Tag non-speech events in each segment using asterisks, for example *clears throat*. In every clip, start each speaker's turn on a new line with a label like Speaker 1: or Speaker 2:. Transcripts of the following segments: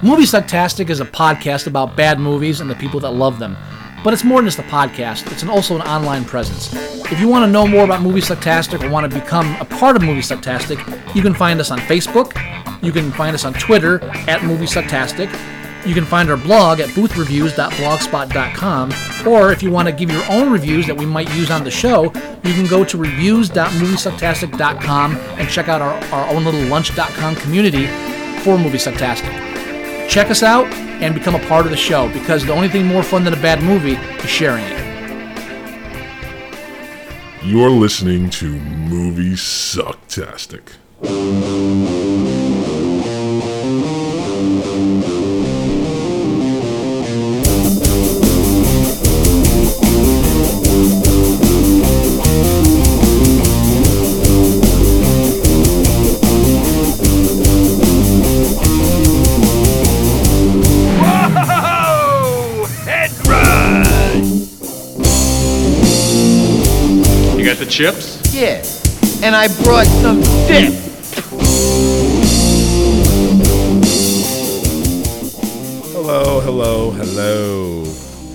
Speaker 1: Movie Sucktastic is a podcast about bad movies and the people that love them. But it's more than just a podcast, it's an, also an online presence. If you want to know more about Movie Sucktastic or want to become a part of Movie Sucktastic, you can find us on Facebook, you can find us on Twitter at Movie Sucktastic, you can find our blog at boothreviews.blogspot.com, or if you want to give your own reviews that we might use on the show, you can go to reviews.moviesucktastic.com and check out our, our own little lunch.com community for Movie Sucktastic check us out and become a part of the show because the only thing more fun than a bad movie is sharing it.
Speaker 2: You're listening to Movie Sucktastic.
Speaker 3: Head rush! You got the chips?
Speaker 4: Yeah, and I brought some dip.
Speaker 2: Hello, hello, hello.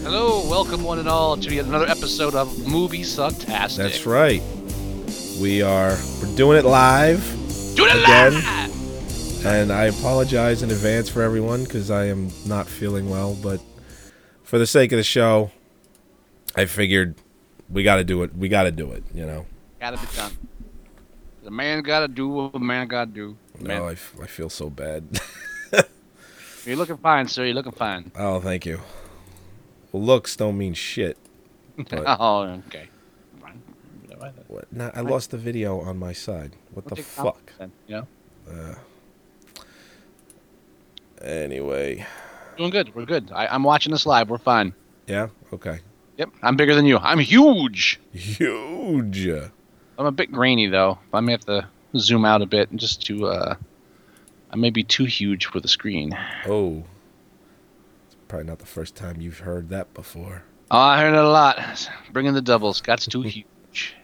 Speaker 3: Hello, welcome one and all to yet another episode of Movie Sucktastic.
Speaker 5: That's right. We are we're doing it live,
Speaker 3: Do it
Speaker 5: Again?
Speaker 3: live!
Speaker 5: and I apologize in advance for everyone because I am not feeling well. But for the sake of the show, I figured we got to do it. We got to do it. You know.
Speaker 3: Gotta be done. The man gotta do what a man gotta do. Man,
Speaker 5: No, I, f- I feel so bad. *laughs*
Speaker 3: You're looking fine, sir. You're looking fine.
Speaker 5: oh, thank you. Well, looks don't mean shit. But
Speaker 3: *laughs* Oh, okay. Fine.
Speaker 5: what, nah, I lost the video on my side. What the
Speaker 3: Take
Speaker 5: fuck?
Speaker 3: Then, You know?
Speaker 5: Anyway.
Speaker 3: Doing good. We're good. I, I'm watching this live. We're fine.
Speaker 5: Yeah. Okay. *laughs*
Speaker 3: Yep. I'm bigger than you. I'm huge.
Speaker 5: Huge.
Speaker 3: I'm a bit grainy though. I may have to zoom out a bit just to. uh I may be too huge for the screen.
Speaker 5: Oh. It's probably not the first time you've heard that before.
Speaker 3: Oh, I heard it a lot. Bringing the doubles. Got's
Speaker 5: *laughs*
Speaker 3: too huge.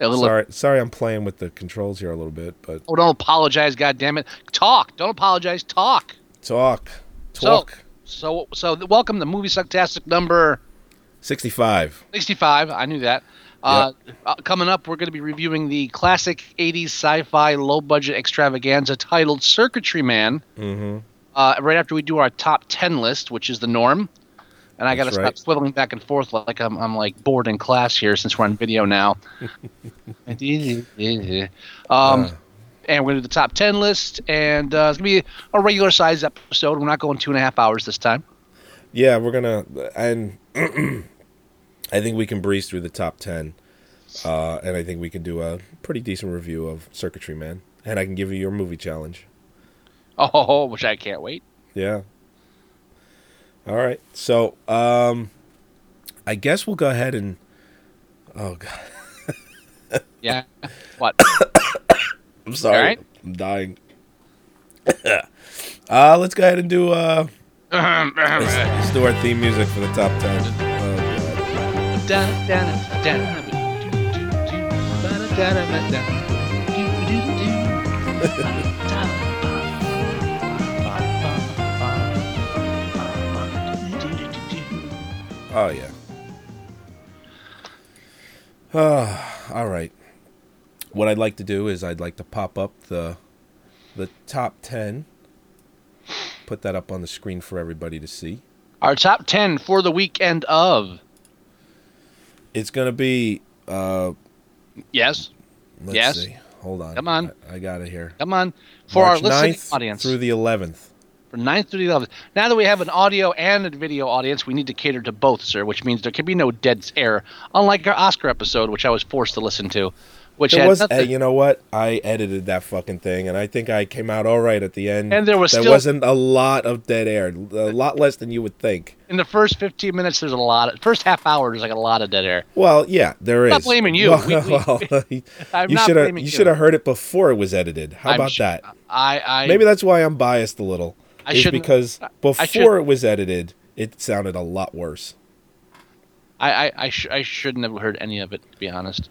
Speaker 3: A little.
Speaker 5: Sorry, sorry, I'm playing with the controls here a little bit, but
Speaker 3: Oh, don't apologize, goddammit. Talk. Don't apologize. Talk.
Speaker 5: talk, talk.
Speaker 3: So, so, so welcome to Movie Sucktastic number
Speaker 5: 65.
Speaker 3: 65. I knew that. Uh, uh,
Speaker 5: *laughs*
Speaker 3: coming up, we're going to be reviewing the classic 80s sci fi low budget extravaganza titled Circuitry Man.
Speaker 5: Mhm.
Speaker 3: Uh, right after we do our top 10 list, which is the norm. And I got to
Speaker 5: That's
Speaker 3: stop
Speaker 5: right.
Speaker 3: swiveling back and forth like I'm, I'm like bored in class here since we're on video now. um, and we're going to do the top 10 list. And uh, it's going to be a regular size episode. We're not going two and a half hours this time.
Speaker 5: Yeah, we're gonna, and *clears throat* I think we can breeze through the top 10, uh, and I think we can do a pretty decent review of Circuitry Man, and I can give you your movie challenge.
Speaker 3: Oh, which I can't wait.
Speaker 5: Yeah. All right, so um, I guess we'll go ahead and. Oh God,
Speaker 3: Yeah. What?
Speaker 5: I'm *laughs* sorry,
Speaker 3: All right.
Speaker 5: I'm dying. uh, let's go ahead and do uh, Let's do our theme music for the top ten. Oh, God.
Speaker 3: That's
Speaker 5: Oh, yeah. Ah, all right. What I'd like to do is I'd like to pop up the the top ten. Put that up on the screen for everybody to see.
Speaker 3: *clears throat* Our top 10 for the weekend of.
Speaker 5: It's gonna be. Uh,
Speaker 3: Yes.
Speaker 5: let's
Speaker 3: Yes.
Speaker 5: see. Hold on.
Speaker 3: Come on.
Speaker 5: I, I got it here.
Speaker 3: Come on. For
Speaker 5: March
Speaker 3: our listening
Speaker 5: 9th
Speaker 3: audience.
Speaker 5: through the eleventh.
Speaker 3: for 9th through the 11th. Now that we have an audio and a video audience, we need to cater to both, sir, which means there can be no dead air, unlike our Oscar episode, which I was forced to listen to. Which
Speaker 5: It
Speaker 3: had
Speaker 5: was.
Speaker 3: nothing-
Speaker 5: Hey, you know what? I edited that fucking thing, and I think I came out all right at the end.
Speaker 3: And there was
Speaker 5: there
Speaker 3: still-
Speaker 5: wasn't a lot of dead air. A lot less than you would think.
Speaker 3: in the first 15 minutes, there's a lot of, first half hour, there's like a lot of dead air.
Speaker 5: Well, yeah, there is.
Speaker 3: not blaming you.
Speaker 5: Well,
Speaker 3: We- we-
Speaker 5: *laughs*
Speaker 3: *laughs*
Speaker 5: well,
Speaker 3: I'm
Speaker 5: you
Speaker 3: not
Speaker 5: should have
Speaker 3: blaming
Speaker 5: you
Speaker 3: you.
Speaker 5: should have heard it before it was edited. How
Speaker 3: I'm
Speaker 5: about
Speaker 3: sh-
Speaker 5: that?
Speaker 3: I, I
Speaker 5: Maybe that's why I'm biased a little.
Speaker 3: I
Speaker 5: is
Speaker 3: shouldn't-
Speaker 5: because
Speaker 3: I should-
Speaker 5: before it was edited, it sounded a lot worse.
Speaker 3: I I, I, sh- I shouldn't have heard any of it to be honest.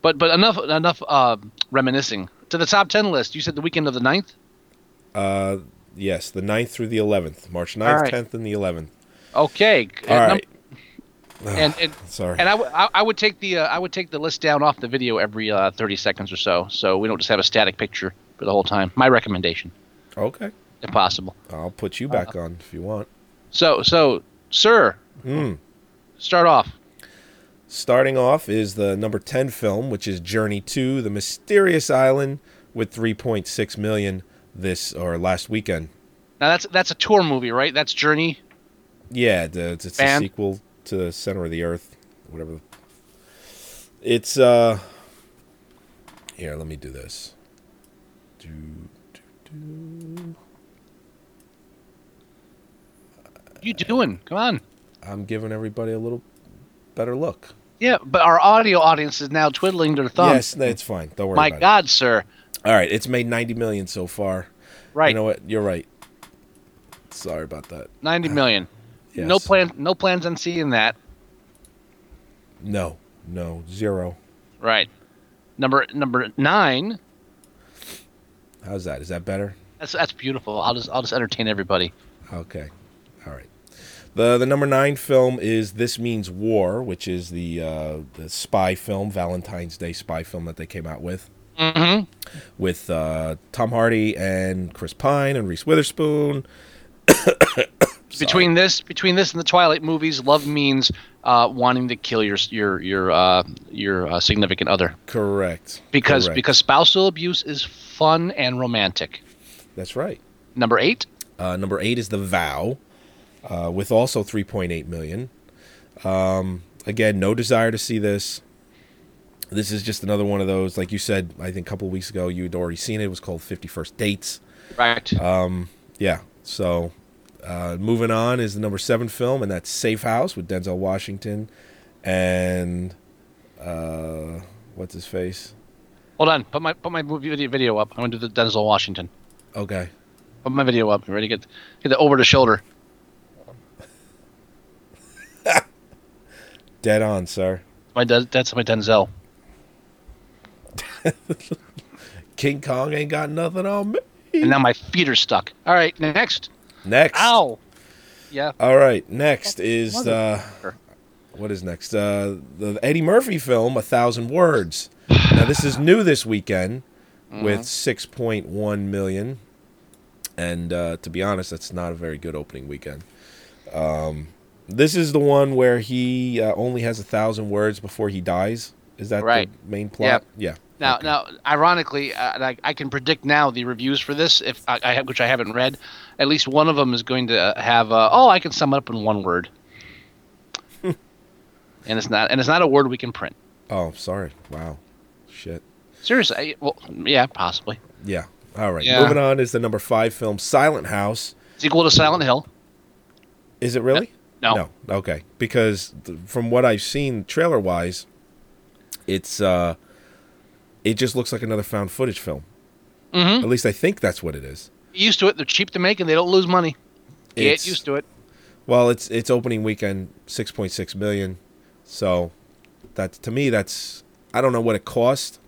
Speaker 3: But but enough enough uh, reminiscing. To the top ten list, you said the weekend of the 9th?
Speaker 5: Yes, the 9th through the 11th. March 9th,
Speaker 3: right.
Speaker 5: 10th, and the 11th.
Speaker 3: Okay. And
Speaker 5: All
Speaker 3: num-
Speaker 5: right.
Speaker 3: and, and
Speaker 5: Sorry.
Speaker 3: And I, w- I, I would take the uh, I would take the list down off the video every uh, thirty seconds or so, so we don't just have a static picture for the whole time. My recommendation,
Speaker 5: Okay.
Speaker 3: if possible.
Speaker 5: I'll put you back
Speaker 3: Uh-huh.
Speaker 5: on if you want.
Speaker 3: So so, sir,
Speaker 5: Hmm.
Speaker 3: start off.
Speaker 5: Starting off is the number 10 film, which is Journey to the Mysterious Island with 3.6 million this or last weekend.
Speaker 3: Now that's that's a tour movie, right? That's Journey.
Speaker 5: Yeah, the, it's a
Speaker 3: Fan?
Speaker 5: sequel to Center of the Earth, whatever. It's uh Here, let me do this. Do do do.
Speaker 3: What you doing? Come on.
Speaker 5: I'm giving everybody a little better look.
Speaker 3: Yeah, but our audio audience is now twiddling their
Speaker 5: Yes,
Speaker 3: thumbs.
Speaker 5: that's fine. Don't worry
Speaker 3: My
Speaker 5: about it.
Speaker 3: God, sir.
Speaker 5: All right, it's made 90 million so far.
Speaker 3: Right.
Speaker 5: You know what? You're right. Sorry about that.
Speaker 3: Ninety million.
Speaker 5: Uh, Yes.
Speaker 3: No plan. No plans on seeing that.
Speaker 5: No. No. Zero.
Speaker 3: Right. Number number nine.
Speaker 5: How's that? Is that better?
Speaker 3: That's that's beautiful. I'll just I'll just entertain everybody.
Speaker 5: Okay. All right. The the number 9 film is This Means War, which is the uh, the spy film, Valentine's Day spy film that they came out with. Mm-hmm. With uh, Tom Hardy and Chris Pine and Reese Witherspoon.
Speaker 3: between this between this and the Twilight movies, love means uh, wanting to kill your your your uh, your uh, significant other
Speaker 5: Correct.
Speaker 3: because
Speaker 5: Correct.
Speaker 3: because spousal abuse is fun and romantic.
Speaker 5: That's right.
Speaker 3: Number eight,
Speaker 5: Uh, number eight is The Vow, uh, with also 3.8 million. Um, again, no desire to see this. This is just another one of those, like you said, I think a couple weeks ago, you had already seen it. It was called 51st Dates.
Speaker 3: right?
Speaker 5: Yeah. So uh, moving on is the number seven film, and that's Safe House with Denzel Washington and uh, what's his face?
Speaker 3: Hold on, put my put my movie video, video up. I'm gonna do the Denzel Washington.
Speaker 5: Okay.
Speaker 3: Put my video up. You ready? Get get the over the shoulder.
Speaker 5: Dead on, sir.
Speaker 3: My Den- that's my Denzel.
Speaker 5: King Kong ain't got nothing on me.
Speaker 3: And now my feet are stuck. All right, next.
Speaker 5: Next.
Speaker 3: Ow. Yeah.
Speaker 5: All right, next is
Speaker 3: was it?
Speaker 5: uh, what is next? Uh, the Eddie Murphy film, A Thousand Words. Now this is new this weekend
Speaker 3: Mm-hmm.
Speaker 5: with six point one million, and uh, to be honest, that's not a very good opening weekend. Um, this is the one where he uh, only has a thousand words before he dies. Is that
Speaker 3: Right.
Speaker 5: the main plot? Yeah.
Speaker 3: Now, now, ironically, uh, and I, I can predict now the reviews for this, if I, I have, which I haven't read. At least one of them is going to uh, have, uh, "Oh, I can sum it up in one
Speaker 5: *laughs*
Speaker 3: word," and it's not, and it's not a word we can print.
Speaker 5: Oh, sorry. Wow. Shit.
Speaker 3: Seriously, I- well, yeah, possibly.
Speaker 5: Yeah. All right.
Speaker 3: Yeah.
Speaker 5: Moving on is the number five film, Silent House.
Speaker 3: It's equal to Silent Hill.
Speaker 5: Is it really?
Speaker 3: No.
Speaker 5: Okay. Because th- from what I've seen trailer wise, it's uh it just looks like another found footage film.
Speaker 3: Mm-hmm.
Speaker 5: At least I think that's what it is.
Speaker 3: Used to it. They're cheap to make, and they don't lose money. Get
Speaker 5: It's-
Speaker 3: used to it.
Speaker 5: Well, it's it's opening weekend 6.6 million. So that's to me that's I don't know what it cost.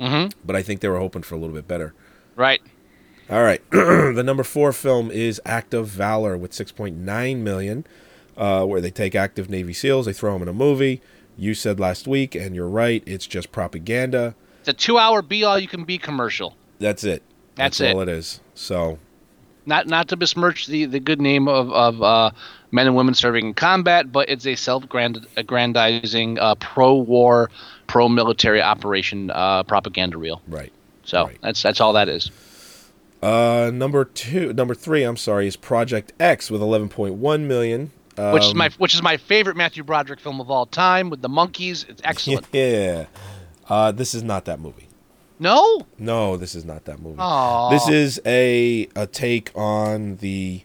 Speaker 3: Mm-hmm.
Speaker 5: But I think they were hoping for a little bit better.
Speaker 3: Right.
Speaker 5: All right. *clears throat* the number four film is Act of Valor with 6.9 million, uh, where they take active Navy SEALs, they throw them in a movie. You said last week, and you're right, it's just propaganda.
Speaker 3: It's a two-hour be-all-you-can-be commercial.
Speaker 5: That's it.
Speaker 3: That's
Speaker 5: all
Speaker 3: it.
Speaker 5: it is. So,
Speaker 3: Not, not to besmirch the, the good name of of uh, men and women serving in combat, but it's a self-aggrandizing uh, pro-war, pro-military operation uh, propaganda reel.
Speaker 5: right.
Speaker 3: So
Speaker 5: Right.
Speaker 3: that's that's all that is.
Speaker 5: Uh, number two, number three, I'm sorry, is Project X with 11.1 million. *laughs* Uh,
Speaker 3: Which is my which is my favorite Matthew Broderick film of all time with the monkeys. It's
Speaker 5: *laughs*
Speaker 3: excellent.
Speaker 5: yeah. Uh, this is not that movie.
Speaker 3: no,
Speaker 5: No, this is not that movie.
Speaker 3: Aw.
Speaker 5: This is a a take on the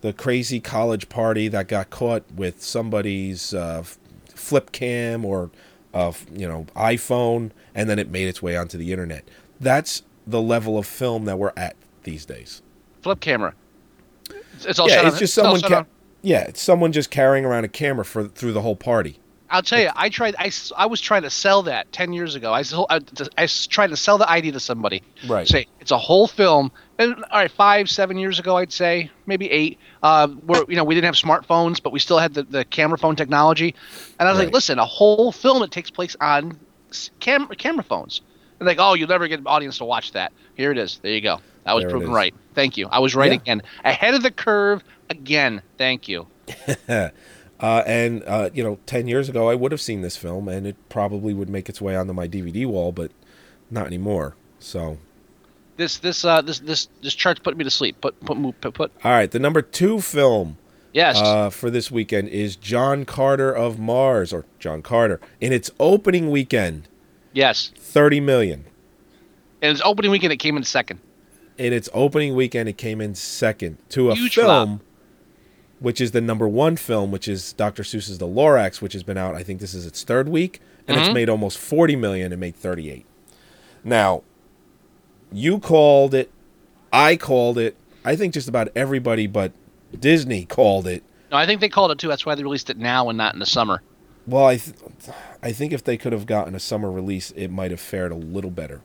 Speaker 5: the crazy college party that got caught with somebody's uh, f- flip cam or uh, f- you know iPhone, and then it made its way onto the internet. That's the level of film that we're at these days.
Speaker 3: flip camera. It's, it's all Oh,
Speaker 5: yeah,
Speaker 3: shut
Speaker 5: it's
Speaker 3: on.
Speaker 5: just
Speaker 3: all
Speaker 5: someone.
Speaker 3: shut
Speaker 5: Ca-
Speaker 3: on.
Speaker 5: yeah, it's someone just carrying around a camera for through the whole party.
Speaker 3: I'll tell you, I tried. I, s- I was trying to sell that ten years ago. I, s- I, I s- tried to sell the idea to somebody.
Speaker 5: Right.
Speaker 3: Say it's a whole film. And all right, five, seven years ago, I'd say maybe eight. Uh, where you know we didn't have smartphones, but we still had the, the camera phone technology. And I was
Speaker 5: Right.
Speaker 3: like, listen, a whole film that takes place on s- cam- camera phones. And like, oh, you'll never get an audience to watch that. Here it is. There you go. I was
Speaker 5: There it
Speaker 3: proven
Speaker 5: is.
Speaker 3: right. Thank you. I was right
Speaker 5: Yeah.
Speaker 3: again. Ahead of the curve again. Thank you.
Speaker 5: Uh, and uh, you know, ten years ago, I would have seen this film, and it probably would make its way onto my DVD wall, but not anymore. So,
Speaker 3: This this uh this this this chart's putting me to sleep. Put put move put, put.
Speaker 5: all right, the number two film
Speaker 3: Yes.
Speaker 5: uh, for this weekend is John Carter of Mars, or John Carter, in its opening weekend,
Speaker 3: yes.
Speaker 5: thirty million.
Speaker 3: And it's opening weekend. It came in second.
Speaker 5: In its opening weekend, it came in second to a
Speaker 3: Huge flop.
Speaker 5: film, which is the number one film, which is Dr. Seuss's The Lorax, which has been out. I think this is its third week, and
Speaker 3: Mm-hmm.
Speaker 5: it's made almost forty million and made thirty-eight. Now, you called it, I called it. I think just about everybody but Disney called it.
Speaker 3: No, I think they called it too. That's why they released it now and not in the summer.
Speaker 5: Well, I, th- I think if they could have gotten a summer release, it might have fared a little better.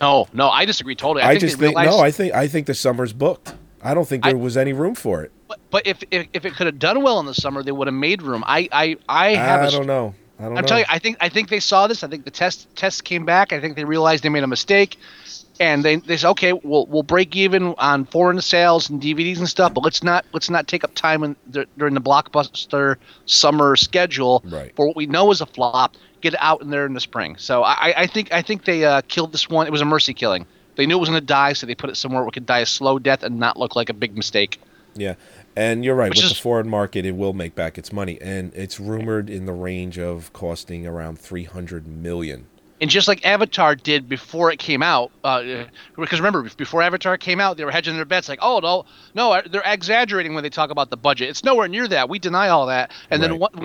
Speaker 3: No, no, I disagree totally.
Speaker 5: I,
Speaker 3: I, think
Speaker 5: just
Speaker 3: they
Speaker 5: think
Speaker 3: realized,
Speaker 5: no. I think I think the summer's booked. I don't think there was any room for it.
Speaker 3: but, but if, if if it could have done well in the summer, they would have made room. I I I have.
Speaker 5: I
Speaker 3: a-
Speaker 5: don't know. I don't know.
Speaker 3: I'm telling you, I think I think they saw this. I think the test tests came back. I think they realized they made a mistake, and they, they said, okay, we'll we'll break even on foreign sales and DVDs and stuff, but let's not let's not take up time in, dur- during the blockbuster summer schedule
Speaker 5: Right.
Speaker 3: for what we know is a flop. Get it out in there in the spring. So I, I- I think I think they uh, killed this one. It was a mercy killing. They knew it was going to die, so they put it somewhere where it could die a slow death and not look like a big mistake.
Speaker 5: yeah, and you're right.
Speaker 3: Which
Speaker 5: With the
Speaker 3: is-
Speaker 5: foreign market, it will make back its money, and it's rumored in the range of costing around three
Speaker 3: *laughs*
Speaker 5: hundred million.
Speaker 3: and just like Avatar did before it came out, uh, because remember before Avatar came out, they were hedging their bets like, oh no, no, they're exaggerating when they talk about the budget. It's nowhere near that. We deny all that. And then
Speaker 5: Right.
Speaker 3: one,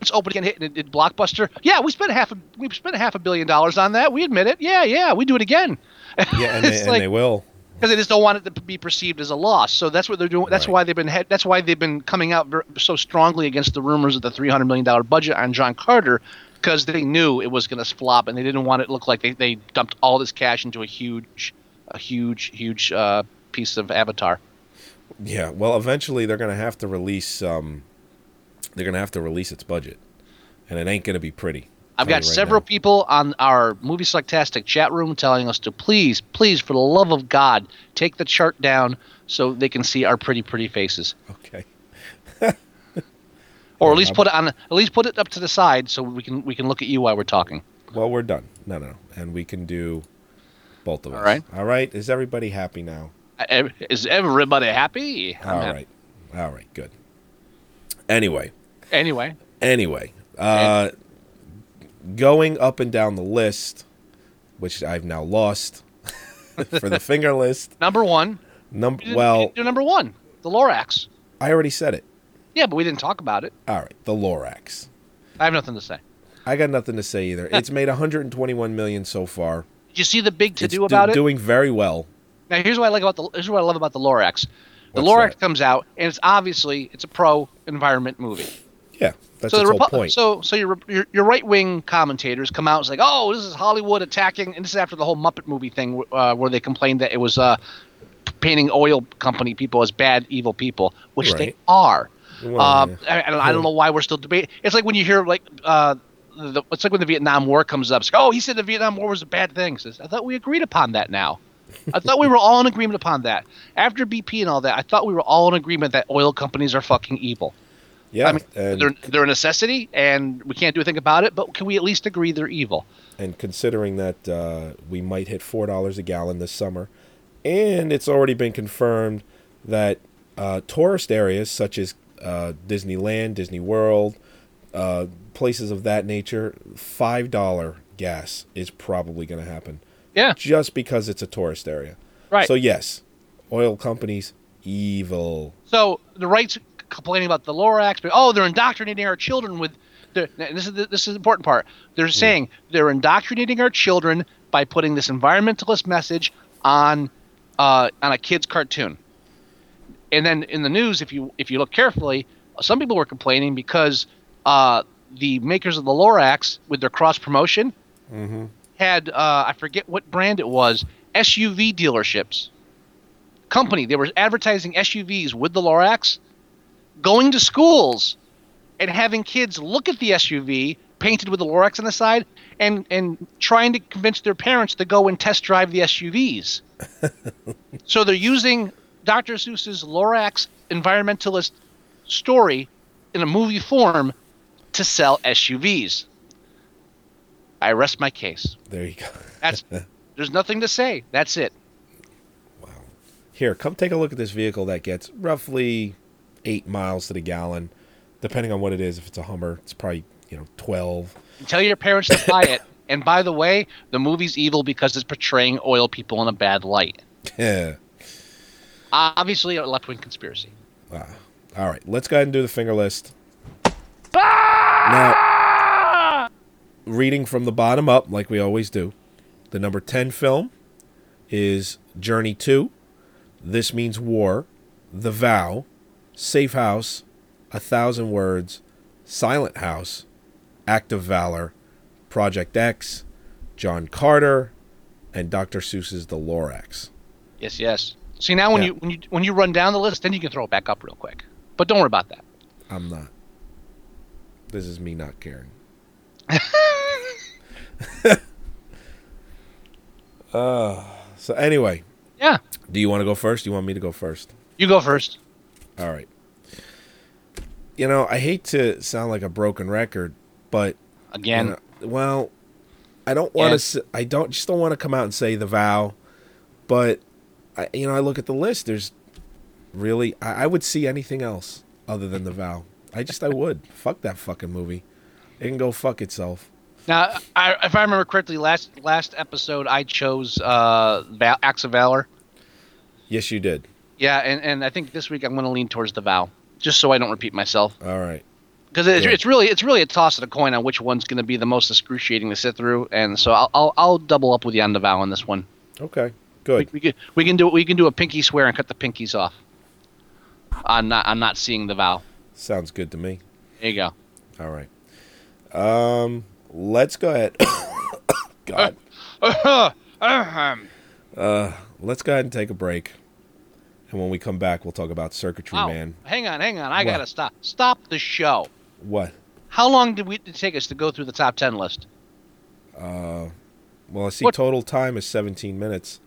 Speaker 3: once opening hit and it did blockbuster, yeah, we spent half a we spent half a billion dollars on that. We admit it. Yeah, yeah, we do it again.
Speaker 5: Yeah, and, they,
Speaker 3: It's
Speaker 5: and
Speaker 3: like-
Speaker 5: they will.
Speaker 3: because they just don't want it to be perceived as a loss. So that's what they're doing. That's
Speaker 5: Right.
Speaker 3: why they've been he- that's why they've been coming out ver- so strongly against the rumors of the three hundred million dollar budget on John Carter because they knew it was going to flop and they didn't want it to look like they, they dumped all this cash into a huge, a huge, huge uh, piece of Avatar.
Speaker 5: Yeah. Well, eventually they're gonna have to release. Um, they're gonna have to release its budget, and it ain't gonna be pretty.
Speaker 3: I've
Speaker 5: Tell you
Speaker 3: got
Speaker 5: right
Speaker 3: several
Speaker 5: now.
Speaker 3: people on our movie selectastic chat room telling us to please, please, for the love of God, take the chart down so they can see our pretty, pretty faces.
Speaker 5: *laughs* Okay.
Speaker 3: or at least put it on at least put it up to the side so we can we can look at you while we're talking
Speaker 5: Well, we're done. No, no, no. And we can do both of us.
Speaker 3: All right.
Speaker 5: All right. Is everybody happy now?
Speaker 3: I- ev- is everybody happy I'm
Speaker 5: All right.
Speaker 3: happy.
Speaker 5: All right. Good. Anyway,
Speaker 3: anyway
Speaker 5: anyway, uh, going up and down the list, which I've now lost *laughs* for the finger list.
Speaker 3: number one
Speaker 5: Num-
Speaker 3: we didn't- we
Speaker 5: well,
Speaker 3: didn't do number one the lorax
Speaker 5: I already said it.
Speaker 3: yeah but we didn't talk about it
Speaker 5: All right. The Lorax.
Speaker 3: i have nothing to say
Speaker 5: I got nothing to say either. It's made 121 million so far.
Speaker 3: did you see the big to
Speaker 5: it's
Speaker 3: do about it
Speaker 5: doing very well.
Speaker 3: now here's what i like about the here's what i love about the lorax the
Speaker 5: What's
Speaker 3: lorax
Speaker 5: that?
Speaker 3: comes out and it's obviously it's a pro environment movie
Speaker 5: Yeah, that's
Speaker 3: so
Speaker 5: its
Speaker 3: the
Speaker 5: whole
Speaker 3: Repu-
Speaker 5: point.
Speaker 3: so so your your, your right wing commentators come out and say, "Oh, this is Hollywood attacking," and this is after the whole Muppet movie thing uh, where they complained that it was uh, painting oil company people as bad, evil people, which they
Speaker 5: Right.
Speaker 3: are.
Speaker 5: Well,
Speaker 3: uh,
Speaker 5: yeah.
Speaker 3: and I don't know why we're still debating. It's like when you hear like. Uh, the, it's like when the Vietnam War comes up. It's like, oh, he said the Vietnam War was a bad thing. Says, I thought we agreed upon that. Now, I thought we were all in agreement upon that. After BP and all that, I thought we were all in agreement that oil companies are fucking evil.
Speaker 5: Yeah,
Speaker 3: I mean,
Speaker 5: and,
Speaker 3: they're, they're a necessity, and we can't do a thing about it. But can we at least agree they're evil?
Speaker 5: and considering that uh, we might hit four dollars a gallon this summer, and it's already been confirmed that uh, tourist areas such as uh, Disneyland, Disney World, uh, places of that nature, five dollar gas is probably going to happen
Speaker 3: Yeah,
Speaker 5: just because it's a tourist area.
Speaker 3: Right.
Speaker 5: So yes, oil companies evil.
Speaker 3: So the right's complaining about the Lorax, but oh, they're indoctrinating our children with. The, and this is the, this is the important part. They're saying they're indoctrinating our children by putting this environmentalist message on uh, on a kid's cartoon. And then in the news, if you if you look carefully, some people were complaining because uh, the makers of the Lorax with their cross promotion had uh, I forget what brand it was SUV dealerships company they were advertising SUVs with the Lorax going to schools and having kids look at the SUV painted with the Lorax on the side and and trying to convince their parents to go and test drive the SUVs so they're using Dr. Seuss's Lorax environmentalist story in a movie form to sell SUVs. I rest my case.
Speaker 5: There you go.
Speaker 3: That's there's nothing to say. That's it.
Speaker 5: Here, come take a look at this vehicle that gets roughly eight miles to the gallon, depending on what it is. If it's a Hummer, it's probably you know twelve. *laughs*
Speaker 3: Tell your parents to buy it. And by the way, the movie's evil because it's portraying oil people in a bad light.
Speaker 5: Yeah.
Speaker 3: Obviously, a left-wing conspiracy.
Speaker 5: All right, let's go ahead and do the finger list. Now, reading from the bottom up, like we always do, the number 10 film is Journey 2, This Means War, The Vow, Safe House, A Thousand Words, Silent House, Act of Valor, Project X, John Carter, and Dr. Seuss's The Lorax.
Speaker 3: Yes, yes. See now when
Speaker 5: Yeah.
Speaker 3: you when you when you run down the list, then you can throw it back up real quick. But don't worry about that.
Speaker 5: I'm not. This is me not caring. uh, so anyway,
Speaker 3: Yeah,
Speaker 5: do you want to go first? Do you want me to go first?
Speaker 3: you go first.
Speaker 5: All right. You know, I hate to sound like a broken record, but
Speaker 3: Again,
Speaker 5: you know, well, I don't want
Speaker 3: Yeah.
Speaker 5: to. I don't just don't want to come out and say the vow, but I, you know, I look at the list. There's really, I, I would see anything else other than the vow. I just, I
Speaker 3: *laughs*
Speaker 5: would. Fuck that fucking movie. It can go fuck itself.
Speaker 3: Now, I, if I remember correctly, last last episode I chose uh, Val- Acts of Valor.
Speaker 5: Yes, you did.
Speaker 3: Yeah, and, and I think this week I'm going to lean towards the Vow, just so I don't repeat myself.
Speaker 5: All right.
Speaker 3: Because it's,
Speaker 5: Yeah.
Speaker 3: it's really it's really a toss of the coin on which one's going to be the most excruciating to sit through. And so I'll I'll, I'll double up with you on the Vow on this one.
Speaker 5: Okay.
Speaker 3: We,
Speaker 5: Good.
Speaker 3: we can we can do we can do a pinky swear and cut the pinkies off. I'm not I'm not seeing the Vow.
Speaker 5: Sounds good to me.
Speaker 3: There you go.
Speaker 5: All right. Um, let's go ahead. *coughs*
Speaker 3: *coughs*
Speaker 5: God. Uh, let's go ahead and take a break. And when we come back, we'll talk about circuitry,
Speaker 3: Wow.
Speaker 5: man.
Speaker 3: Hang on, hang on. I
Speaker 5: What?
Speaker 3: got to stop stop the show.
Speaker 5: What?
Speaker 3: How long did we did it take us to go through the top ten list?
Speaker 5: Well, I see
Speaker 3: What-
Speaker 5: total time is 17 minutes.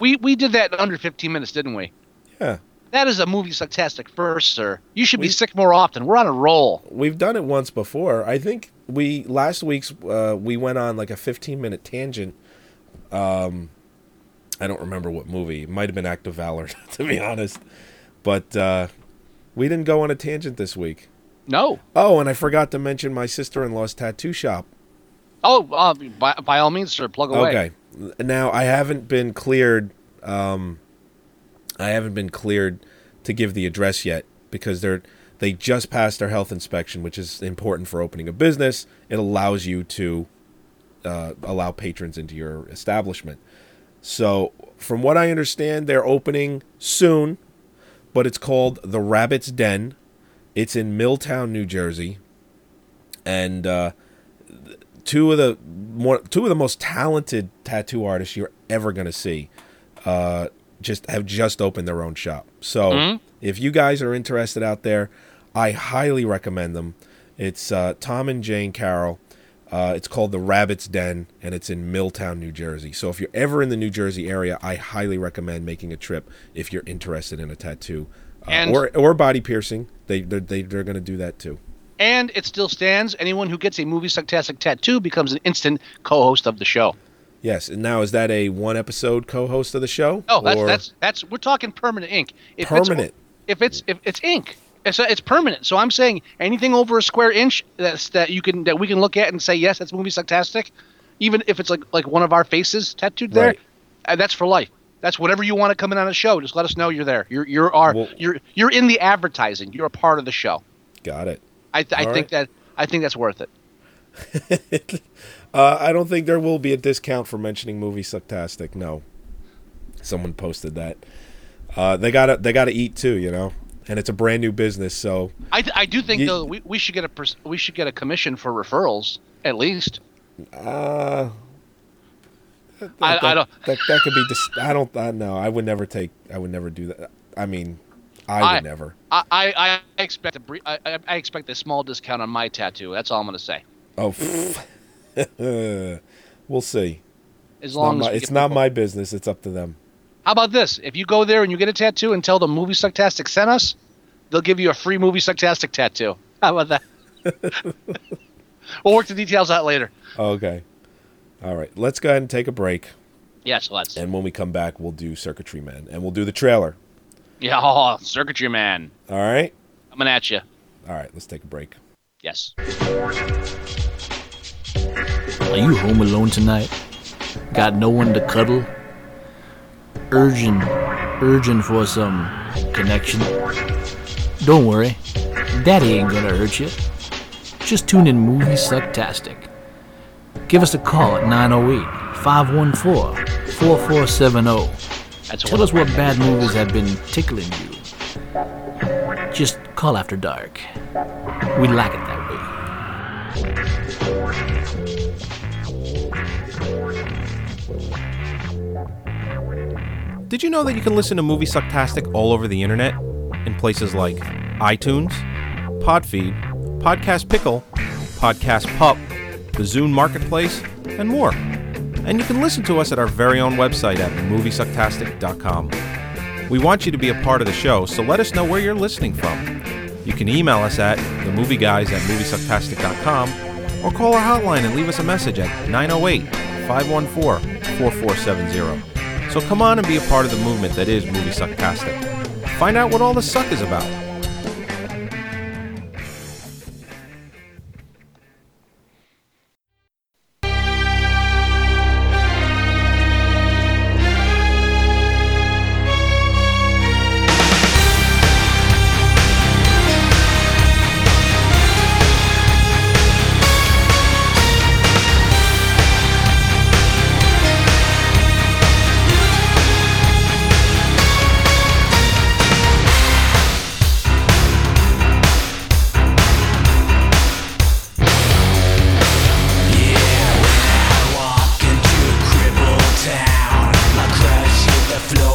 Speaker 3: We we did that in under 15 minutes, didn't we?
Speaker 5: Yeah.
Speaker 3: That is a movie sucktastic first, sir. You should
Speaker 5: We-
Speaker 3: be sick more often. We're on a roll.
Speaker 5: We've done it once before. I think we last week's uh, we went on like a 15 minute tangent. Um, I don't remember what movie. It might have been Act of Valor, *laughs* to be honest. But uh, we didn't go on a tangent this week.
Speaker 3: No.
Speaker 5: Oh, and I forgot to mention my sister-in-law's tattoo shop.
Speaker 3: Oh, uh, by, by all means, sir, plug away.
Speaker 5: Okay. Now I haven't been cleared. Um, I haven't been cleared to give the address yet because they're they just passed their health inspection, which is important for opening a business. It allows you to uh, allow patrons into your establishment. So, from what I understand, they're opening soon, but it's called the Rabbit's Den. It's in Milltown, New Jersey, and uh, two of the more two of the most talented tattoo artists you're ever going to see uh, just have just opened their own shop. So if you guys are interested out there, I highly recommend them. It's uh, Tom and Jane Carroll. Uh, it's called the Rabbit's Den, and it's in Milltown, New Jersey. So if you're ever in the New Jersey area, I highly recommend making a trip if you're interested in a tattoo uh,
Speaker 3: And-
Speaker 5: or or body piercing. They they're, they they're going to do that too.
Speaker 3: And it still stands. Anyone who gets a movie sucktastic tattoo becomes an instant co-host of the show.
Speaker 5: Yes, and now is that a one episode co-host of the show?
Speaker 3: Oh, that's
Speaker 5: Or-
Speaker 3: that's that's we're talking permanent ink. If
Speaker 5: Permanent.
Speaker 3: It's, if it's if it's ink, it's, it's permanent. So I'm saying anything over a square inch that's that you can that we can look at and say yes, that's movie sucktastic, even if it's like like one of our faces tattooed there,
Speaker 5: Right.
Speaker 3: uh, that's for life. That's whatever you want to come in on a show. Just let us know you're there. You're you're our,
Speaker 5: Well-
Speaker 3: you're you're in the advertising. You're a part of the show.
Speaker 5: got it.
Speaker 3: I, th- I
Speaker 5: All
Speaker 3: think that I think that's worth it.
Speaker 5: Uh, I don't think there will be a discount for mentioning movie sucktastic. No, someone posted that. Uh, they gotta they gotta eat too, you know. and it's a brand new business. So
Speaker 3: I, th- I do think
Speaker 5: Ye-
Speaker 3: though we, we should get a pers- we should get a commission for referrals at least.
Speaker 5: uh,
Speaker 3: I, I don't.
Speaker 5: that that could be. Dis- I don't. I, no, I would never take. I would never do that. I mean, I would
Speaker 3: I-
Speaker 5: never.
Speaker 3: I, I, I expect a bre- I, I I expect a small discount on my tattoo. That's all I'm gonna say.
Speaker 5: Oh, *laughs* pff. we'll see.
Speaker 3: As
Speaker 5: Not
Speaker 3: long
Speaker 5: my,
Speaker 3: as we
Speaker 5: it's
Speaker 3: get
Speaker 5: not
Speaker 3: people-
Speaker 5: my business. It's up to them.
Speaker 3: How about this? If you go there and you get a tattoo and tell them Movie Sucktastic sent us, they'll give you a free Movie Sucktastic tattoo. *laughs* How about that? we'll work the details out later.
Speaker 5: Okay. All right. Let's go ahead and take a break.
Speaker 3: Yes, let's.
Speaker 5: And when we come back, we'll do Circuitry Man and we'll do the trailer.
Speaker 3: Yeah, *laughs* oh, circuitry man,
Speaker 5: All right.
Speaker 3: coming at you.
Speaker 5: All right. Let's take a break.
Speaker 3: Yes.
Speaker 1: Are you home alone tonight? Got no one to cuddle? Urging, urging for some connection? Don't worry, Daddy ain't gonna hurt you. Just tune in Movie Sucktastic. Give us a call at 908 514 4470.
Speaker 3: That's
Speaker 1: oh. Tell us what bad movies have been tickling you. Just call after dark. We like it that way.
Speaker 6: Did you know that you can listen to Movie Sucktastic all over the internet? In places like iTunes, Podfeed, Podcast Pickle, Podcast Pup, the Zune Marketplace, and more. And you can listen to us at our very own website at moviesucktastic.com. We want you to be a part of the show, so let us know where you're listening from. You can email us at themovieguys at moviesucktastic.com or call our hotline and leave us a message at 908 514 4470. So come on and be a part of the movement that is Movie Sucktastic. Find out what all the suck is
Speaker 5: *laughs*
Speaker 6: about.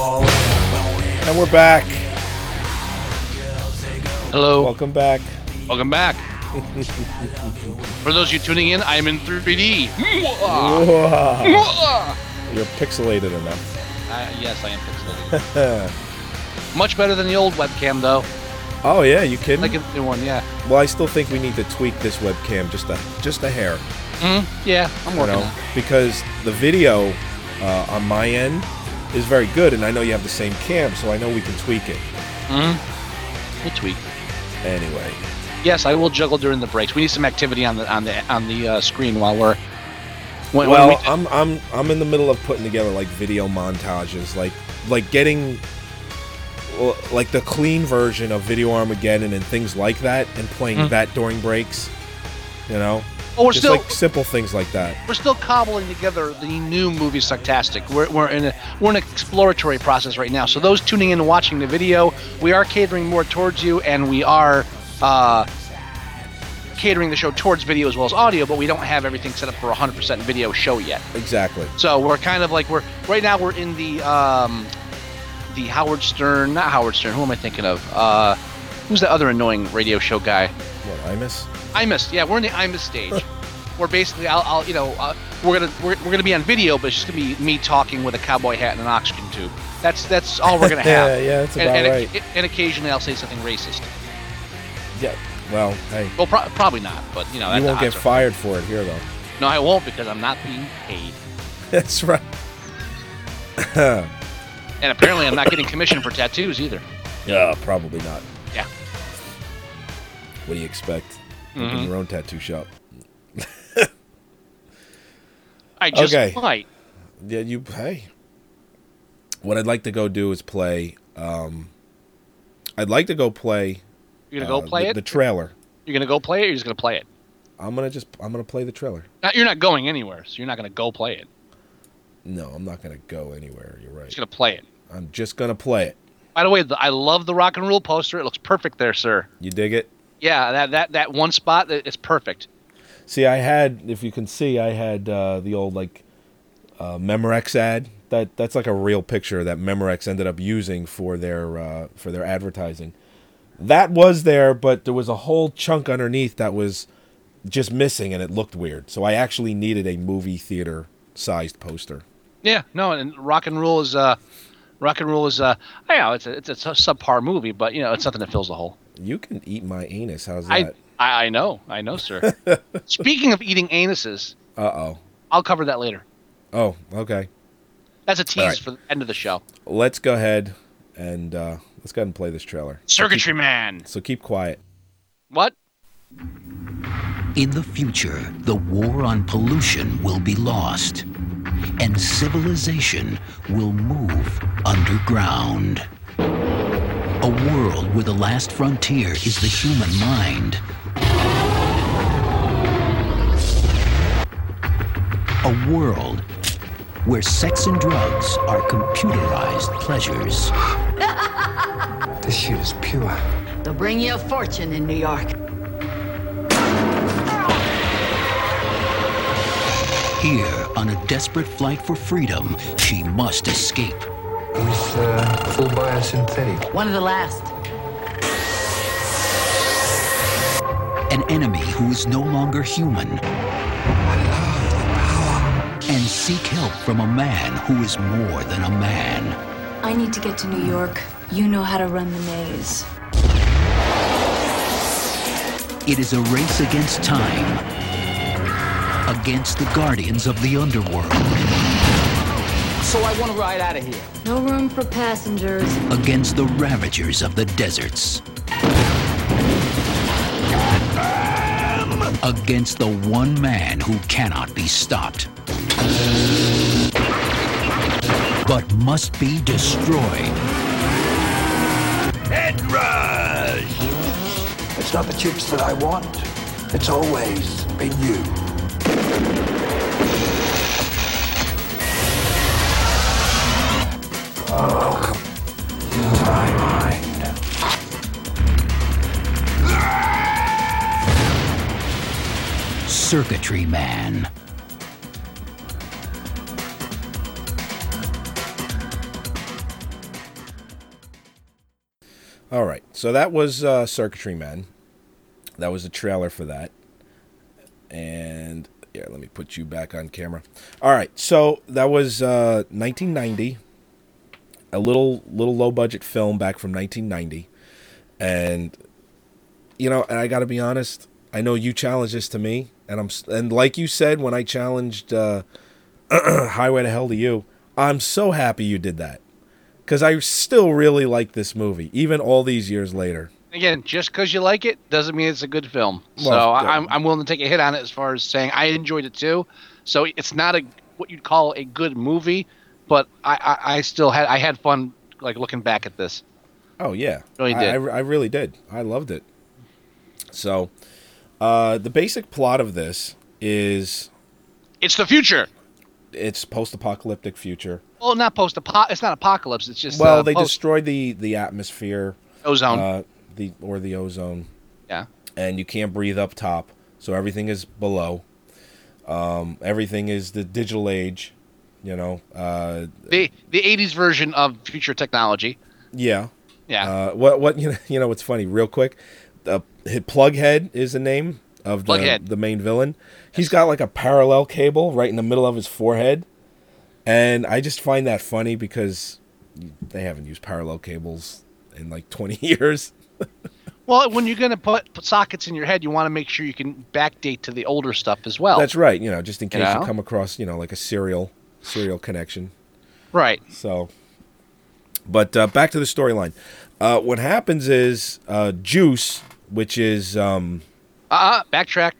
Speaker 5: And we're back.
Speaker 3: Hello.
Speaker 5: Welcome back.
Speaker 3: Welcome
Speaker 5: *laughs*
Speaker 3: back. For those of you tuning in, I'm in 3D. Mwah!
Speaker 5: Whoa.
Speaker 3: Mwah!
Speaker 5: You're pixelated enough.
Speaker 3: Uh, yes, I am pixelated.
Speaker 5: *laughs*
Speaker 3: Much better than the old webcam, though.
Speaker 5: Oh yeah, you kidding?
Speaker 3: Like the new one, yeah.
Speaker 5: well, I still think we need to tweak this webcam just a just a hair,
Speaker 3: Mm, yeah, I'm
Speaker 5: you
Speaker 3: working
Speaker 5: know,
Speaker 3: on it.
Speaker 5: because the video uh, on my end is very good, and I know you have the same cam, so I know we can tweak it.
Speaker 3: We'll tweak.
Speaker 5: Anyway,
Speaker 3: Yes, I will juggle during the breaks. We need some activity on the on the on the uh, screen while we're. When, when
Speaker 5: well,
Speaker 3: we do-
Speaker 5: I'm I'm I'm in the middle of putting together like video montages, like like getting well, like the clean version of Video Armageddon and things like that, and playing that during breaks. You know,
Speaker 3: oh, we're
Speaker 5: just
Speaker 3: Mm. still
Speaker 5: like simple things like that.
Speaker 3: we're still cobbling together the new movie Sucktastic. We're, we're in a we're in an exploratory process right now. So those tuning in and watching the video, we are catering more towards you, and we are uh, catering the show towards video as well as audio. But we don't have everything set up for a 100% video show yet.
Speaker 5: Exactly.
Speaker 3: So we're kind of like we're right now we're in the um, the Howard Stern, not Howard Stern. Who am I thinking of? Uh, who's the other annoying radio show guy?
Speaker 5: What I miss?
Speaker 3: Imus. Yeah, we're in the Imus
Speaker 5: *laughs*
Speaker 3: stage. we're basically I'll, I'll you know uh, we're gonna we're, we're gonna be on video, but it's just gonna be me talking with a cowboy hat and an oxygen tube. That's that's all
Speaker 5: *laughs*
Speaker 3: we're gonna
Speaker 5: Yeah,
Speaker 3: have.
Speaker 5: yeah, that's
Speaker 3: and,
Speaker 5: about
Speaker 3: and,
Speaker 5: right.
Speaker 3: and occasionally I'll say something racist.
Speaker 5: Yeah. Well, hey,
Speaker 3: Well, pro- probably not, but you know
Speaker 5: you
Speaker 3: Oh, that's
Speaker 5: won't
Speaker 3: the
Speaker 5: get
Speaker 3: odds are-
Speaker 5: fired for it here, though. *laughs*
Speaker 3: No, I won't because I'm not being paid,
Speaker 5: That's right.
Speaker 3: and apparently I'm not getting commission for tattoos either.
Speaker 5: Yeah, Uh, probably not.
Speaker 3: Yeah.
Speaker 5: What do you expect?
Speaker 3: Mm-hmm.
Speaker 5: Open your own tattoo shop.
Speaker 3: I just
Speaker 5: Okay.
Speaker 3: might.
Speaker 5: Yeah, you. Hey, what I'd like to go do is play. Um, I'd like to go play.
Speaker 3: You're gonna
Speaker 5: uh,
Speaker 3: go play
Speaker 5: the,
Speaker 3: it.
Speaker 5: The trailer.
Speaker 3: You're gonna go play it. You're just gonna play it.
Speaker 5: I'm gonna just. I'm gonna play the trailer.
Speaker 3: Not, you're not going anywhere, so you're not gonna go play it. You're
Speaker 5: No, I'm not gonna go anywhere. You're right.
Speaker 3: just gonna play it.
Speaker 5: I'm just gonna play it.
Speaker 3: I By the way, the, I love the rock and roll poster. It looks perfect there, sir.
Speaker 5: You dig it?
Speaker 3: Yeah, that that that one spot that- it's perfect.
Speaker 5: See, I had, if you can see, I had uh, the old like uh, Memorex ad. That that's like a real picture that Memorex ended up using for their uh, for their advertising. That was there, but there was a whole chunk underneath that was just missing, and it looked weird. So I actually needed a movie theater sized poster.
Speaker 3: Yeah, no, and rock and roll is uh, rock and roll is uh, I know it's a, it's a su- subpar movie, but you know it's something that fills the hole.
Speaker 5: You can eat my anus. How's
Speaker 3: I,
Speaker 5: that?
Speaker 3: I I know, I know,
Speaker 5: *laughs*
Speaker 3: sir. Speaking of eating anuses,
Speaker 5: Uh oh.
Speaker 3: I'll cover that later.
Speaker 5: Oh, okay.
Speaker 3: That's a tease
Speaker 5: right.
Speaker 3: for the end of the show.
Speaker 5: Let's go ahead and uh, let's go ahead and play this trailer.
Speaker 3: Circuitry man.
Speaker 5: So keep quiet.
Speaker 3: What?
Speaker 7: In the future, the war on pollution will be lost, and civilization will move underground. A world where the last frontier is the human mind. A world where sex and drugs are computerized pleasures.
Speaker 8: This shit is pure.
Speaker 9: They'll bring you a fortune in New York.
Speaker 7: Here, on a desperate flight for freedom, she must escape.
Speaker 8: It was uh, full biosynthetic.
Speaker 9: One of the last.
Speaker 7: an enemy who is no longer human, and seek help from a man who is more than a man.
Speaker 10: I need to get to New York. You know how to run the maze.
Speaker 7: It is a race against time, against the guardians of the underworld,
Speaker 4: So I want to ride out of here.
Speaker 10: No room for passengers.
Speaker 7: against the ravagers of the deserts. Against the one man who cannot be stopped, but must be destroyed.
Speaker 8: It's not the chicks that I want. It's always been you.
Speaker 7: Circuitry Man.
Speaker 5: All right. So that was uh, Circuitry Man. That was the trailer for that. And yeah, let me put you back on camera. All right. So that was uh, 1990. A little little low budget film back from 1990. And you know, and I got to be honest, I know you challenged this to me and I'm s- and like you said when I challenged uh, *clears throat* Highway to Hell to you, I'm so happy you did that because I still really like this movie, even all these years later.
Speaker 3: Again, just because you like it doesn't mean it's a good film. so
Speaker 5: Well,
Speaker 3: I,
Speaker 5: yeah.
Speaker 3: I'm I'm willing to take a hit on it as far as saying I enjoyed it too. So it's not a what you'd call a good movie, but I I, I still had I had fun like looking back at this.
Speaker 5: Oh yeah,
Speaker 3: No, you
Speaker 5: I-
Speaker 3: did.
Speaker 5: I, I really did. I loved it. So, uh, the basic plot of this is
Speaker 3: It's the future.
Speaker 5: it's post-apocalyptic future.
Speaker 3: Well, not post apoc. It's not apocalypse. It's just
Speaker 5: Well,
Speaker 3: uh,
Speaker 5: they
Speaker 3: post-
Speaker 5: destroyed the the atmosphere,
Speaker 3: ozone.
Speaker 5: uh, the or the ozone,
Speaker 3: yeah.
Speaker 5: and you can't breathe up top, so everything is below. Um, everything is the digital age, you know. Uh,
Speaker 3: The the 80s version of future technology.
Speaker 5: yeah.
Speaker 3: Yeah.
Speaker 5: Uh, what *laughs* what you know, you know what's funny real quick uh, hi- plughead is the name of the,
Speaker 3: Plughead.
Speaker 5: the main villain he's got like a parallel cable right in the middle of his forehead and i just find that funny because they haven't used parallel cables in like *laughs* 20 years
Speaker 3: well, when you're gonna put, put sockets in your head, you want to make sure you can backdate to the older stuff as well.
Speaker 5: that's right you know just in case
Speaker 3: Yeah.
Speaker 5: you come across you know like a serial serial connection
Speaker 3: right.
Speaker 5: So, but uh, back to the storyline. Uh, what happens is uh, Juice, which is um,
Speaker 3: Uh, uh backtrack.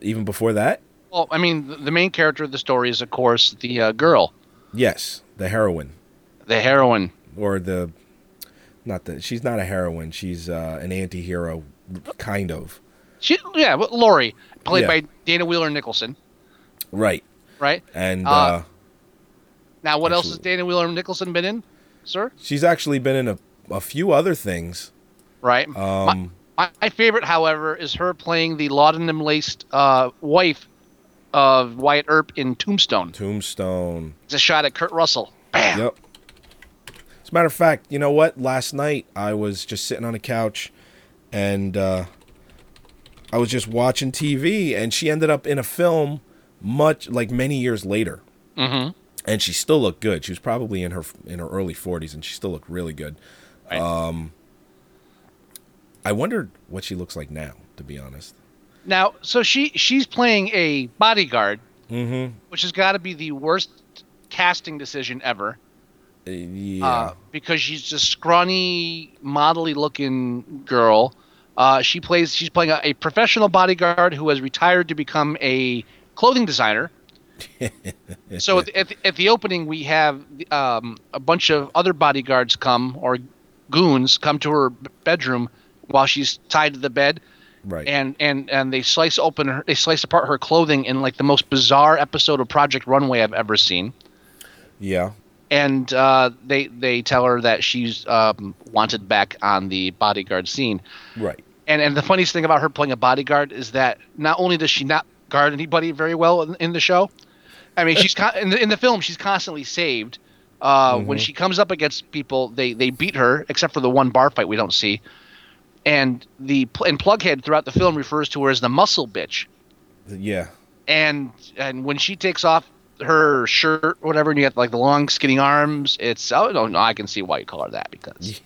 Speaker 5: even before that,
Speaker 3: Well, I mean, the, the main character of the story is, of course, the uh, girl,
Speaker 5: yes, the heroine
Speaker 3: the heroine.
Speaker 5: or the not the she's not a heroine. She's uh, an anti-hero, kind of.
Speaker 3: She, yeah, well, Lori, played
Speaker 5: Yeah.
Speaker 3: by Dana Wheeler Nicholson,
Speaker 5: Right.
Speaker 3: right?
Speaker 5: And
Speaker 3: Uh,
Speaker 5: uh,
Speaker 3: now, what else has Dana Wheeler Nicholson been in, sir?
Speaker 5: she's actually been in a a few other things.
Speaker 3: right?
Speaker 5: Um,
Speaker 3: My, my favorite, however, is her playing the laudanum laced uh, wife of Wyatt Earp in Tombstone.
Speaker 5: Tombstone.
Speaker 3: It's a shot at Kurt Russell.
Speaker 5: Yep. As a matter of fact, you know what? Last night I was just sitting on a couch, and uh, I was just watching TV, and she ended up in a film much like many years later,
Speaker 3: Mm-hmm.
Speaker 5: and she still looked good. She was probably in her in her early forties, and she still looked really good. Um, I wondered what she looks like now. To be honest,
Speaker 3: Now, so she she's playing a bodyguard,
Speaker 5: mm-hmm.
Speaker 3: which has got to be the worst casting decision ever.
Speaker 5: yeah,
Speaker 3: uh, because she's a scrawny, modelly looking girl. Uh, she plays. She's playing a, a professional bodyguard who has retired to become a clothing
Speaker 5: *laughs*
Speaker 3: designer. so at, at, the, at the opening, we have um, a bunch of other bodyguards come or goons come to her b- bedroom while she's tied to the bed,
Speaker 5: right.
Speaker 3: and and and they slice open her, they slice apart her clothing in like the most bizarre episode of Project Runway I've ever seen
Speaker 5: yeah,
Speaker 3: and uh, they they tell her that she's um, wanted back on the bodyguard scene.
Speaker 5: right.
Speaker 3: And and the funniest thing about her playing a bodyguard is that not only does she not guard anybody very well in, in the show, I mean she's con- in, the, in the film she's constantly saved. Uh, When she comes up against people, they they beat her except for the one bar fight we don't see. And the pl- and Plughead throughout the film refers to her as the muscle bitch
Speaker 5: Yeah,
Speaker 3: and and when she takes off her shirt, whatever, and you have like the long skinny arms, it's oh no, no I can see why you call her that because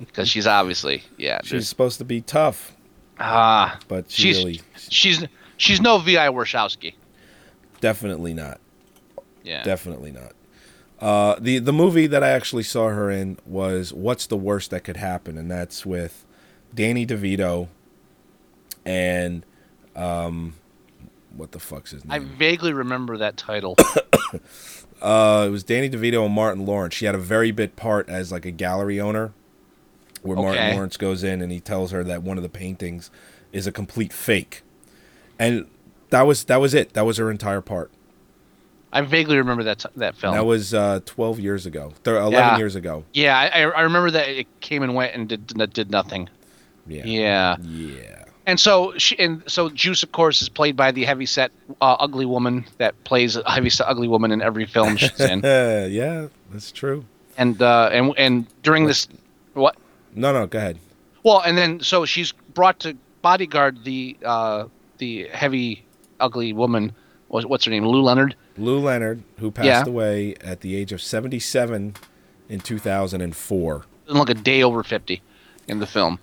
Speaker 3: because she's obviously yeah
Speaker 5: she's
Speaker 3: she's
Speaker 5: supposed to be tough,
Speaker 3: ah
Speaker 5: but she
Speaker 3: she's
Speaker 5: really
Speaker 3: she's she's no Vi Warshawski
Speaker 5: definitely not.
Speaker 3: yeah
Speaker 5: Definitely not. Uh, the the movie that I actually saw her in was "What's the Worst That Could Happen," and that's with Danny DeVito and um, what the fuck's his
Speaker 3: I
Speaker 5: name?
Speaker 3: vaguely remember that
Speaker 5: *coughs*
Speaker 3: title
Speaker 5: Uh, it was Danny DeVito and Martin Lawrence. She had a very bit part as like a gallery owner, where Martin
Speaker 3: Okay.
Speaker 5: Lawrence goes in and he tells her that one of the paintings is a complete fake, and that was that was it. That was her entire part.
Speaker 3: I vaguely remember that t- that film
Speaker 5: That was uh, twelve years ago, thir- eleven
Speaker 3: Oh. Yeah.
Speaker 5: years ago.
Speaker 3: yeah I, I I remember that it came and went and did did- did nothing yeah
Speaker 5: Yeah.
Speaker 3: and so she and so Juice of course is played by the heavyset uh, ugly woman that plays a heavyset ugly woman in every film she's in
Speaker 5: *laughs* Uh, yeah, that's true.
Speaker 3: and uh, and and during this, what?
Speaker 5: No, no, go ahead.
Speaker 3: Well, and then so she's brought to bodyguard the uh, the heavy, ugly woman. What- What's her name? Lou Leonard.
Speaker 5: Lou Leonard, who passed
Speaker 3: Yeah.
Speaker 5: away at the age of 77 in 2004.
Speaker 3: Doesn't look a day over fifty in the film,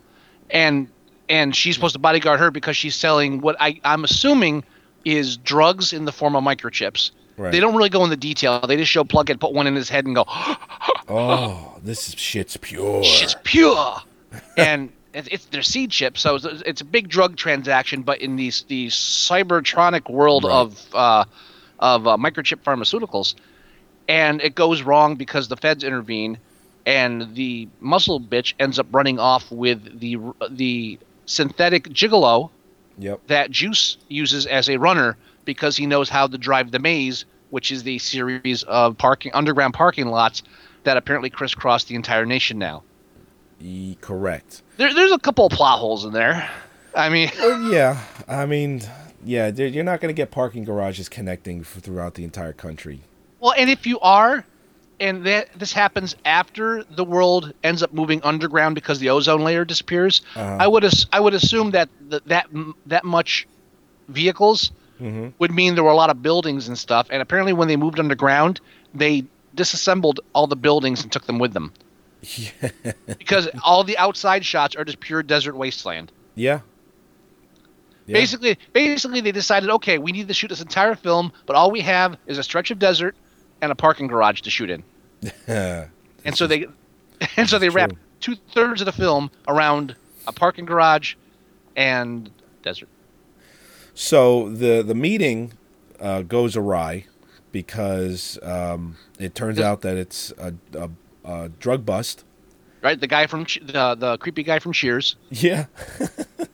Speaker 3: and and she's supposed to bodyguard her because she's selling what I I'm assuming is drugs in the form of microchips.
Speaker 5: Right.
Speaker 3: They don't really go into detail. They just show Plughead put one in his head and go, *gasps*
Speaker 5: Oh, this is shit's pure.
Speaker 3: shit's pure. and it's, it's their seed chip, so it's, it's a big drug transaction. But in these the cybertronic world of uh, of uh, microchip pharmaceuticals, and it goes wrong because the feds intervene, and the muscle bitch ends up running off with the the synthetic gigolo
Speaker 5: Yep.
Speaker 3: that Juice uses as a runner because he knows how to drive the maze, which is the series of parking underground parking lots that apparently crisscross the entire nation now.
Speaker 5: E- correct.
Speaker 3: There, there's a couple of plot holes in there. I mean, *laughs*
Speaker 5: Yeah, I mean, yeah, dude, you're not going to get parking garages connecting f- throughout the entire country.
Speaker 3: well, and if you are, and that this happens after the world ends up moving underground because the ozone layer disappears, I would as, I would assume that th- that m- that much vehicles would mean there were a lot of buildings and stuff. And apparently, when they moved underground, they disassembled all the buildings and took them with them. because all the outside shots are just pure desert wasteland.
Speaker 5: Yeah. Yeah.
Speaker 3: Basically, basically, they decided, okay, we need to shoot this entire film, but all we have is a stretch of desert and a parking garage to shoot
Speaker 5: *laughs*
Speaker 3: in. and so they, *laughs* and so they wrapped two thirds of the film around a parking garage and desert.
Speaker 5: So the the meeting uh, goes awry because um, it turns out that it's a, a, a drug bust. *laughs*
Speaker 3: Right, the guy from Che- the the creepy guy from Cheers,
Speaker 5: Yeah.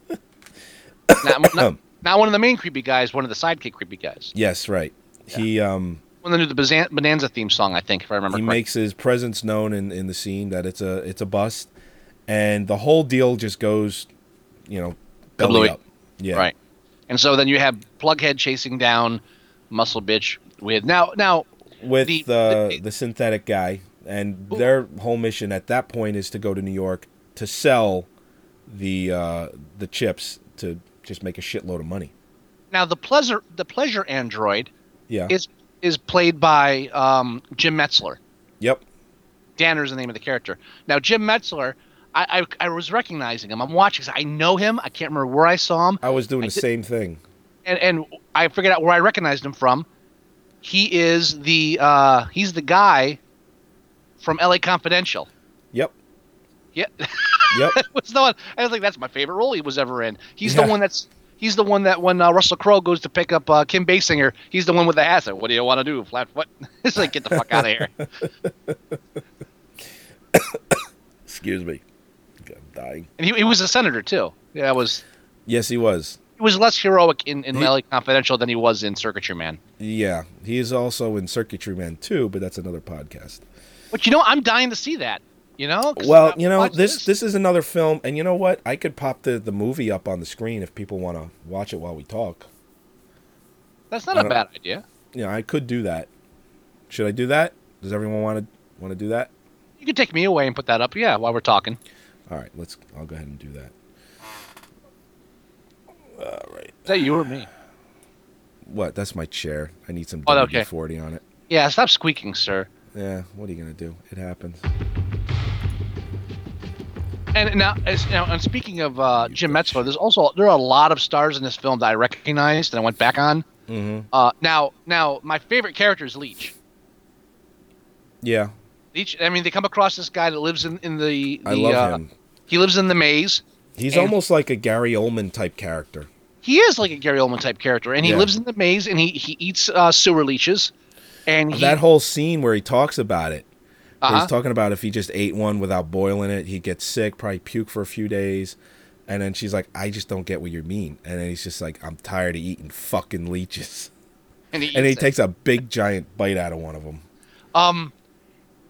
Speaker 5: *coughs*
Speaker 3: not, not, not one of the main creepy guys, one of the sidekick creepy guys.
Speaker 5: Yes, right. He um
Speaker 3: When they do the Bazan- Bonanza theme song, I think, if I remember
Speaker 5: he
Speaker 3: correctly.
Speaker 5: makes his presence known in, in the scene that it's a it's a bust, and the whole deal just goes, you know, belly
Speaker 3: Kablooey.
Speaker 5: up. Yeah,
Speaker 3: Right. And so then you have Plughead chasing down Muscle Bitch with now now
Speaker 5: With
Speaker 3: the-
Speaker 5: the the, synthetic guy, and their whole mission at that point is to go to New York to sell the uh, the chips to just make a shitload of money.
Speaker 3: now the pleasure the pleasure android
Speaker 5: Yeah.
Speaker 3: is is played by um, Jim Metzler.
Speaker 5: Yep.
Speaker 3: Danner is the name of the character. Now Jim Metzler, I, I I was recognizing him. I'm watching. 'cause I know him. I can't remember where I saw him.
Speaker 5: I was doing
Speaker 3: I
Speaker 5: the
Speaker 3: did-
Speaker 5: same thing.
Speaker 3: and and I figured out where I recognized him from. He is the uh, he's the guy from L.A. Confidential.
Speaker 5: Yep.
Speaker 3: Yeah, *laughs*
Speaker 5: Yep.
Speaker 3: that was the one. I was like, that's my favorite role he was ever in. He's
Speaker 5: Yeah.
Speaker 3: the one that's he's the one that when uh, Russell Crowe goes to pick up uh, Kim Basinger, he's the one with the hat. Like, what do you want to do, flat foot? *laughs* it's like, get the fuck out of
Speaker 5: *laughs*
Speaker 3: here.
Speaker 5: Excuse me. I'm dying.
Speaker 3: And he, he was a senator too. Yeah, it was
Speaker 5: Yes, he was.
Speaker 3: he was less heroic in in LA Confidential than he was in Circuitry Man.
Speaker 5: Yeah, he is also in Circuitry Man too, but that's another podcast.
Speaker 3: But you know, I'm dying to see that. You know, 'Cause I
Speaker 5: Well, you know
Speaker 3: watched
Speaker 5: this this is another film, and you know what? I could pop the the movie up on the screen if people want to watch it while we talk.
Speaker 3: that's not
Speaker 5: I
Speaker 3: a
Speaker 5: don't-
Speaker 3: bad idea.
Speaker 5: Yeah, I could do that. Should I do that? Does everyone want to want to do that?
Speaker 3: You can take me away and put that up. Yeah, while we're talking.
Speaker 5: All right, let's. I'll go ahead and do that.
Speaker 3: Is that you or me?
Speaker 5: What? That's my chair. I need some
Speaker 3: Oh,
Speaker 5: WD
Speaker 3: okay.
Speaker 5: forty on it.
Speaker 3: Yeah, stop squeaking, sir.
Speaker 5: Yeah. What are you gonna do? It happens.
Speaker 3: And now, as, now and speaking of uh, Jim Metzler, there's also there are a lot of stars in this film that I recognized and I went back on.
Speaker 5: Mm-hmm.
Speaker 3: Uh, now, now my favorite character is Leech.
Speaker 5: Yeah,
Speaker 3: Leech. I mean, they come across this guy that lives in in the. the
Speaker 5: I love
Speaker 3: uh,
Speaker 5: him.
Speaker 3: He lives in the maze.
Speaker 5: He's
Speaker 3: and-
Speaker 5: almost like a Gary Oldman type character.
Speaker 3: He is like a Gary Oldman type character, and he
Speaker 5: Yeah.
Speaker 3: lives in the maze, and he he eats uh, sewer leeches, and he,
Speaker 5: that whole scene where he talks about it. where
Speaker 3: uh
Speaker 5: He's talking about if he just ate one without boiling it, he gets sick, probably puke for a few days. And then she's like, I just don't get what you mean. And then he's just like, I'm tired of eating fucking leeches. *laughs*
Speaker 3: and he,
Speaker 5: And he
Speaker 3: eats it.
Speaker 5: takes a big giant bite out of one of them.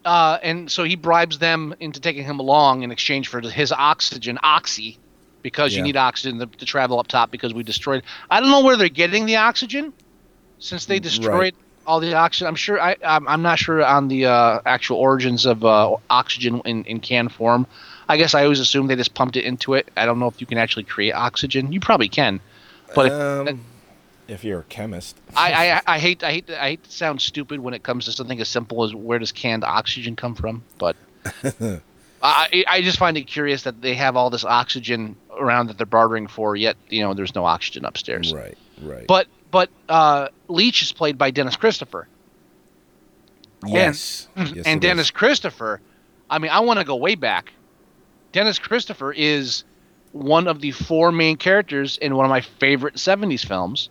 Speaker 3: uh, and so he bribes them into taking him along in exchange for his oxygen, oxy, because you
Speaker 5: Yeah.
Speaker 3: need oxygen to, to travel up top because we destroyed. I don't know where they're getting the oxygen, since they destroyed
Speaker 5: right.
Speaker 3: all the oxygen. I'm sure I I'm, I'm not sure on the uh, actual origins of uh, oxygen in in can form. I guess I always assumed they just pumped it into it. I don't know if you can actually create oxygen. You probably can, but if-
Speaker 5: Um, if you're a chemist.
Speaker 3: I, I I hate I hate I hate to sound stupid when it comes to something as simple as where does canned oxygen come from,
Speaker 5: *laughs*
Speaker 3: but I I I just find it curious that they have all this oxygen around that they're bartering for, yet you know there's no oxygen upstairs.
Speaker 5: Right, right.
Speaker 3: But but uh, Leech is played by Dennis Christopher,
Speaker 5: yes.
Speaker 3: *clears throat*
Speaker 5: Yes,
Speaker 3: mm-hmm. and
Speaker 5: it is.
Speaker 3: Dennis Christopher, I mean I want to go way back. Dennis Christopher is one of the four main characters in one of my favorite '70s films.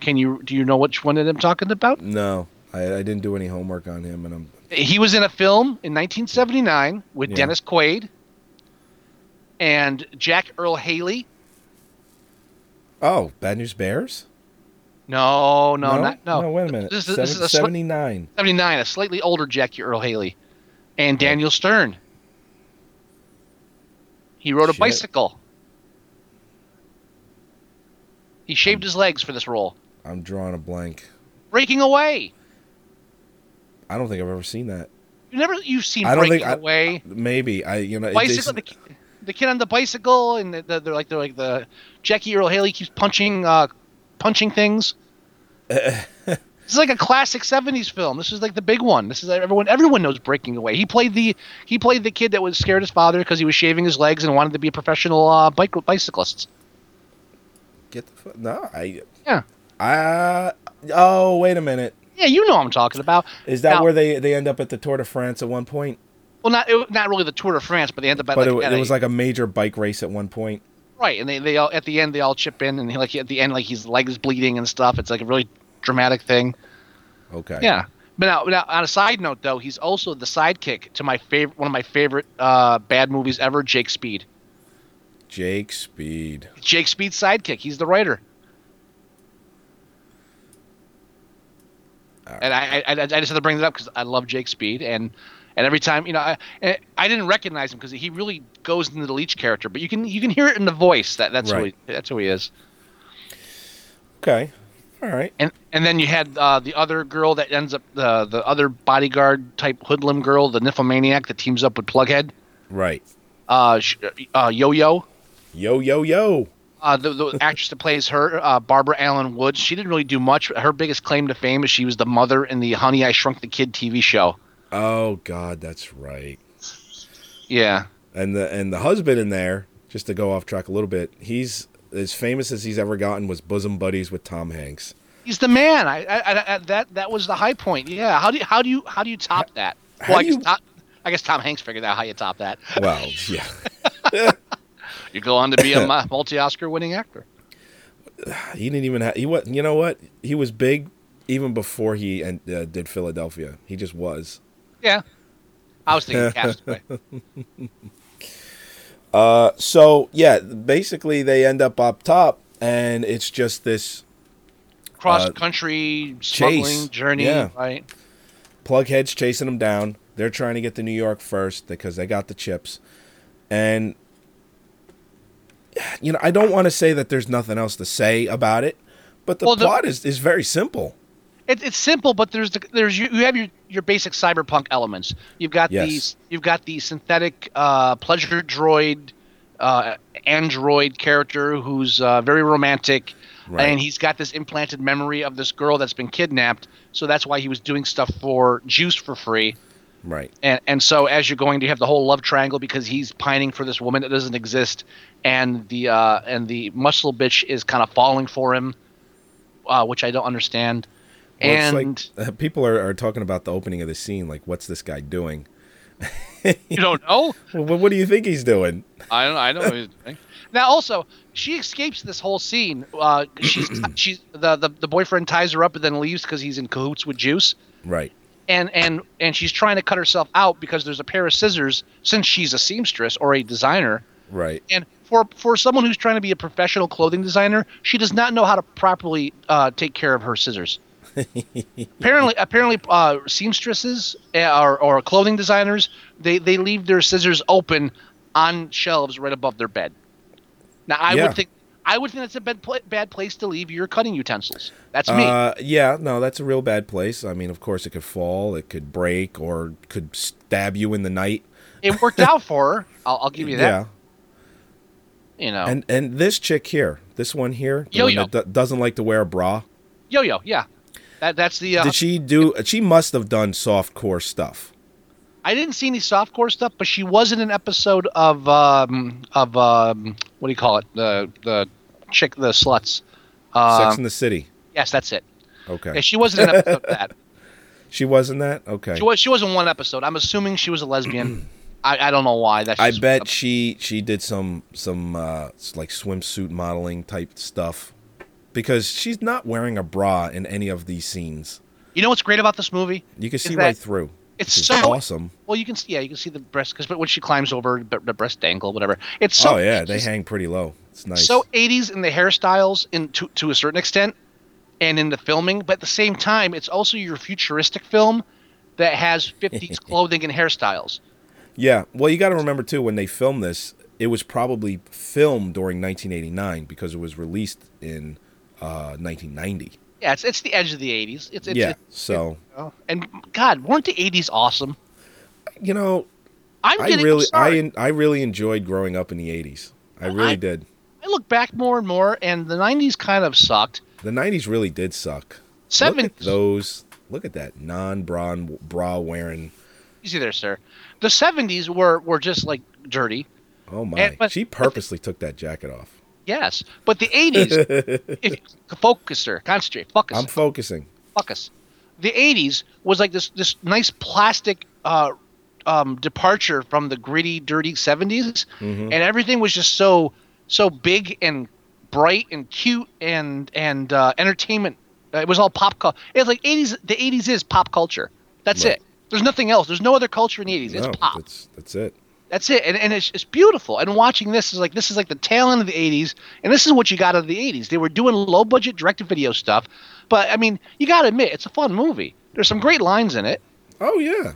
Speaker 3: Can you do you know which one of them talking about?
Speaker 5: No, I, I didn't do any homework on him. And I'm.
Speaker 3: he was in a film in 1979 with
Speaker 5: Yeah.
Speaker 3: Dennis Quaid and Jack Earl Haley.
Speaker 5: Oh, Bad News Bears?
Speaker 3: No, no, not no.
Speaker 5: No, wait a minute.
Speaker 3: This is,
Speaker 5: Seven-
Speaker 3: this is a sli-
Speaker 5: 79.
Speaker 3: 79, a slightly older Jack Earl Haley, and Daniel Stern. He rode a
Speaker 5: Shit.
Speaker 3: bicycle. He shaved his legs for this role.
Speaker 5: I'm drawing a blank.
Speaker 3: Breaking Away.
Speaker 5: I don't think I've ever seen that.
Speaker 3: You never you've seen
Speaker 5: I don't
Speaker 3: Breaking
Speaker 5: think I-
Speaker 3: Away.
Speaker 5: Maybe I, you know, it- it's-
Speaker 3: bicycle. The, ki- the kid on the bicycle, and the, the, they're like they're like the Jackie Earl Haley keeps punching uh, punching
Speaker 5: *laughs*
Speaker 3: things. this is like a classic '70s film. This is like the big one. This is like everyone everyone knows Breaking Away. He played the he played the kid that was scared his father because he was shaving his legs and wanted to be a professional uh, bike bicyclist.
Speaker 5: get the fu- no. I,
Speaker 3: Yeah,
Speaker 5: I, oh wait a minute.
Speaker 3: yeah, you know what I'm talking about.
Speaker 5: Is that
Speaker 3: Now-
Speaker 5: where they they end up at the Tour de France at one point?
Speaker 3: Well, not it, not really the Tour de France, but they end up at
Speaker 5: But
Speaker 3: like,
Speaker 5: it,
Speaker 3: at
Speaker 5: it
Speaker 3: a-
Speaker 5: was like a major bike race at one point.
Speaker 3: Right, and they, they all at the end they all chip in, and he, like at the end like his leg is bleeding and stuff. It's like a really dramatic thing.
Speaker 5: Okay.
Speaker 3: Yeah. But now, now, on a side note, though, he's also the sidekick to my favorite, one of my favorite uh, bad movies ever, Jake Speed.
Speaker 5: Jake Speed.
Speaker 3: Jake Speed's sidekick. He's the writer. and I, I I I just had to bring that up because I love Jake Speed and. And every time, you know, I and I didn't recognize him because he really goes into the leech character, but you can you can hear it in the voice that that's who
Speaker 5: Right.
Speaker 3: he, that's who he is.
Speaker 5: Okay. All right.
Speaker 3: And and then you had uh, the other girl that ends up the the other bodyguard type hoodlum girl, the nymphomaniac that teams up with Plughead,
Speaker 5: Right.
Speaker 3: uh, sh- uh, Yo Yo.
Speaker 5: Yo yo yo.
Speaker 3: Uh, the, the actress that plays her, uh, Barbara Allen Woods, she didn't really do much. Her biggest claim to fame is she was the mother in the Honey I Shrunk the Kid TV show.
Speaker 5: Oh God, that's right.
Speaker 3: Yeah,
Speaker 5: And the and the husband in there, just to go off track a little bit, he's as famous as he's ever gotten was bosom buddies with Tom Hanks.
Speaker 3: he's the man. I, I, I, I that that was the high point. Yeah. How do you, how do you how do you top that?
Speaker 5: how
Speaker 3: Well, I
Speaker 5: do
Speaker 3: guess,
Speaker 5: you-
Speaker 3: Tom, I guess Tom Hanks figured out how you top that.
Speaker 5: Well, yeah.
Speaker 3: You go on to
Speaker 5: *laughs*
Speaker 3: be a multi Oscar winning actor.
Speaker 5: *sighs* He didn't even have. He was. You know what? He was big even before he and uh, did Philadelphia. He just was.
Speaker 3: Yeah. I was
Speaker 5: *laughs*
Speaker 3: thinking Castaway.
Speaker 5: So yeah, basically they end up up top, and it's just this
Speaker 3: Cross country smuggling
Speaker 5: chase.
Speaker 3: journey,
Speaker 5: Yeah.
Speaker 3: right?
Speaker 5: Plughead's chasing them down. They're trying to get to New York first because they got the chips. And you know, I don't want to say that there's nothing else to say about it, but the
Speaker 3: Well, the-
Speaker 5: plot is, is very simple.
Speaker 3: It, it's simple, but there's the, there's you, you have your, your basic cyberpunk elements. You've got
Speaker 5: Yes.
Speaker 3: these you've got the synthetic uh, pleasure droid uh, android character who's uh, very romantic,
Speaker 5: Right.
Speaker 3: and he's got this implanted memory of this girl that's been kidnapped. So that's why he was doing stuff for juice for free.
Speaker 5: Right.
Speaker 3: and and so as you're going, you have the whole love triangle because he's pining for this woman that doesn't exist, and the uh, and the muscle bitch is kind of falling for him, uh, which I don't understand.
Speaker 5: Well,
Speaker 3: and
Speaker 5: *laughs* it's like uh, people are, are talking about the opening of the scene, like what's this
Speaker 3: *laughs*
Speaker 5: guy doing?
Speaker 3: you don't know.
Speaker 5: Well, what- what do you think he's doing?
Speaker 3: I don't. I don't. know what he's doing. Now, also, she escapes this whole scene. Uh, she's
Speaker 5: *clears throat*
Speaker 3: she's the, the the boyfriend ties her up and then leaves because he's in cahoots with Juice.
Speaker 5: Right.
Speaker 3: and and and she's trying to cut herself out because there's a pair of scissors since she's a seamstress or a designer
Speaker 5: Right.
Speaker 3: and for for someone who's trying to be a professional clothing designer she does not know how to properly uh, take care of her
Speaker 5: *laughs*
Speaker 3: scissors apparently apparently uh, seamstresses uh, or, or clothing designers they they leave their scissors open on shelves right above their bed now i
Speaker 5: Yeah.
Speaker 3: would think i would think that's a bad, pla- bad place to leave your cutting utensils that's me
Speaker 5: Uh, yeah, no, that's a real bad place. I mean, of course, it could fall, it could break, or could stab you in the night.
Speaker 3: it worked
Speaker 5: *laughs*
Speaker 3: out for her i'll, I'll give you that
Speaker 5: yeah.
Speaker 3: you know
Speaker 5: And and this chick here, this one here, the one
Speaker 3: Yo-Yo.
Speaker 5: that do- doesn't like to wear a bra.
Speaker 3: Yo Yo, yeah, that that's the. Uh,
Speaker 5: Did she do? She must have done soft core stuff.
Speaker 3: I didn't see any softcore stuff, but she was in an episode of um of um what do you call it the the chick the sluts. Uh,
Speaker 5: Sex in the City.
Speaker 3: yes, that's it.
Speaker 5: Okay.
Speaker 3: Yeah,
Speaker 5: she,
Speaker 3: she was in an episode of
Speaker 5: *laughs*
Speaker 3: that.
Speaker 5: was in that. Okay.
Speaker 3: She was she was in one episode. I'm assuming she was a lesbian. I, I don't know why that.
Speaker 5: I
Speaker 3: she's-
Speaker 5: bet she she did some some uh, s- like swimsuit modeling type stuff because she's not wearing a bra in any of these scenes.
Speaker 3: You know what's great about this movie?
Speaker 5: You can
Speaker 3: Is
Speaker 5: see
Speaker 3: that
Speaker 5: right through.
Speaker 3: It's
Speaker 5: which is
Speaker 3: so
Speaker 5: awesome.
Speaker 3: Well, you can see yeah, you can see the breast because when she climbs over the, the breast dangle, whatever. It's so
Speaker 5: Oh yeah, they
Speaker 3: it's
Speaker 5: hang pretty low. It's nice.
Speaker 3: so 80s in the hairstyles in to, to a certain extent and in the filming but at the same time it's also your futuristic film that has
Speaker 5: *laughs*
Speaker 3: 50s clothing and hairstyles
Speaker 5: Yeah. Well, you got to remember too when they filmed this, it was probably filmed during 1989 because it was released in uh, 1990.
Speaker 3: yeah it's, it's the edge of the 80s it's, it's
Speaker 5: yeah.
Speaker 3: it's-
Speaker 5: so
Speaker 3: oh, and god weren't the 80s awesome
Speaker 5: you know,
Speaker 3: i'm
Speaker 5: I
Speaker 3: getting
Speaker 5: really, I
Speaker 3: sorry.
Speaker 5: en- I really enjoyed growing up in the 80s. I really
Speaker 3: I-
Speaker 5: did.
Speaker 3: I look back more and more and the 90s kind of sucked
Speaker 5: The 90s really did suck. Look
Speaker 3: Seven-
Speaker 5: at those. Look at that non bra bra wearing.
Speaker 3: easy there sir the 70s were were just like dirty
Speaker 5: Oh my!
Speaker 3: And- but-
Speaker 5: she purposely took that jacket off.
Speaker 3: yes but the
Speaker 5: *laughs*
Speaker 3: 80s if, focus sir concentrate focus
Speaker 5: I'm focusing.
Speaker 3: fuck us. The '80s was like this this nice plastic uh, um, departure from the gritty, dirty '70s,
Speaker 5: Mm-hmm.
Speaker 3: and everything was just so so big and bright and cute and and uh, entertainment. Uh, It was all pop culture. It's like '80s. The '80s is pop culture. That's
Speaker 5: Right.
Speaker 3: it. There's nothing else. There's no other culture in the '80s.
Speaker 5: no,
Speaker 3: it's pop.
Speaker 5: Oh, that's that's it.
Speaker 3: That's it, and, and it's, it's beautiful. And watching this is like this is like the tail end of the '80s, and this is what you got out of the '80s. They were doing low budget direct to video stuff, But I mean, you got to admit, it's a fun movie. There's some great lines in it.
Speaker 5: Oh yeah,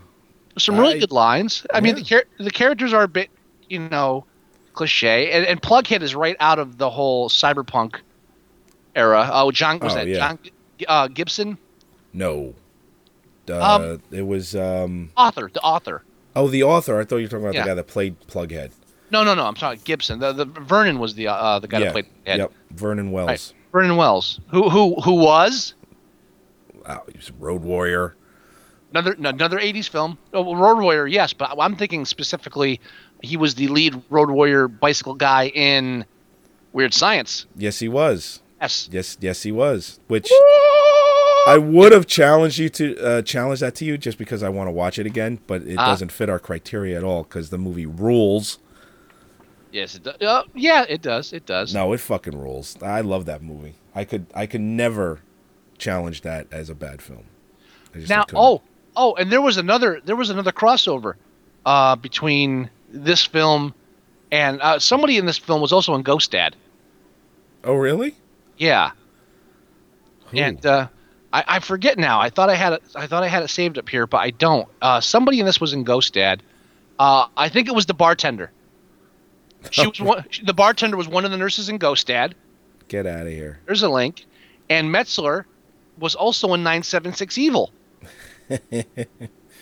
Speaker 3: some really
Speaker 5: I-
Speaker 3: good lines. I mean,
Speaker 5: yeah.
Speaker 3: the, char- the characters are a bit, you know, cliche. And, and Plughead is right out of the whole cyberpunk era. Oh, John was
Speaker 5: Oh,
Speaker 3: that
Speaker 5: yeah.
Speaker 3: John uh, Gibson,
Speaker 5: No. Uh, it was. Um,
Speaker 3: author, the author.
Speaker 5: oh, the author. I thought you were talking about
Speaker 3: Yeah.
Speaker 5: the guy that played Plughead.
Speaker 3: No, no, no. I'm sorry, Gibson. The, the Vernon was the uh, the guy
Speaker 5: yeah.
Speaker 3: that played. Ed.
Speaker 5: Yep. Vernon Wells.
Speaker 3: Right. Vernon Wells, who who who was
Speaker 5: Wow, he was a Road Warrior.
Speaker 3: another another 80s film. Oh, well, Road Warrior, yes, but I'm thinking specifically he was the lead Road Warrior bicycle guy in Weird Science.
Speaker 5: Yes, he was.
Speaker 3: Yes.
Speaker 5: Yes, yes, he was. Which I would have challenged you to uh, challenge that to you just because I want to watch it again, but it
Speaker 3: Ah.
Speaker 5: doesn't fit our criteria at all because the movie rules.
Speaker 3: Yes, it does. Uh, yeah, it does. It does.
Speaker 5: No, it fucking rules. I love that movie. I could, I could never challenge that as a bad film. I just
Speaker 3: now,
Speaker 5: couldn't.
Speaker 3: oh, oh, and there was another there was another crossover uh, between this film and uh, somebody in this film was also in Ghost Dad.
Speaker 5: oh, really?
Speaker 3: Yeah. And uh, I, I forget now. I thought I had it. I thought I had it saved up here, but I don't. Uh, somebody in this was in Ghost Dad. Uh, I think it was the bartender. She was one, she- the bartender was one of the nurses in Ghost Dad.
Speaker 5: Get out of here.
Speaker 3: There's a link. And Metzler was also in 976 Evil.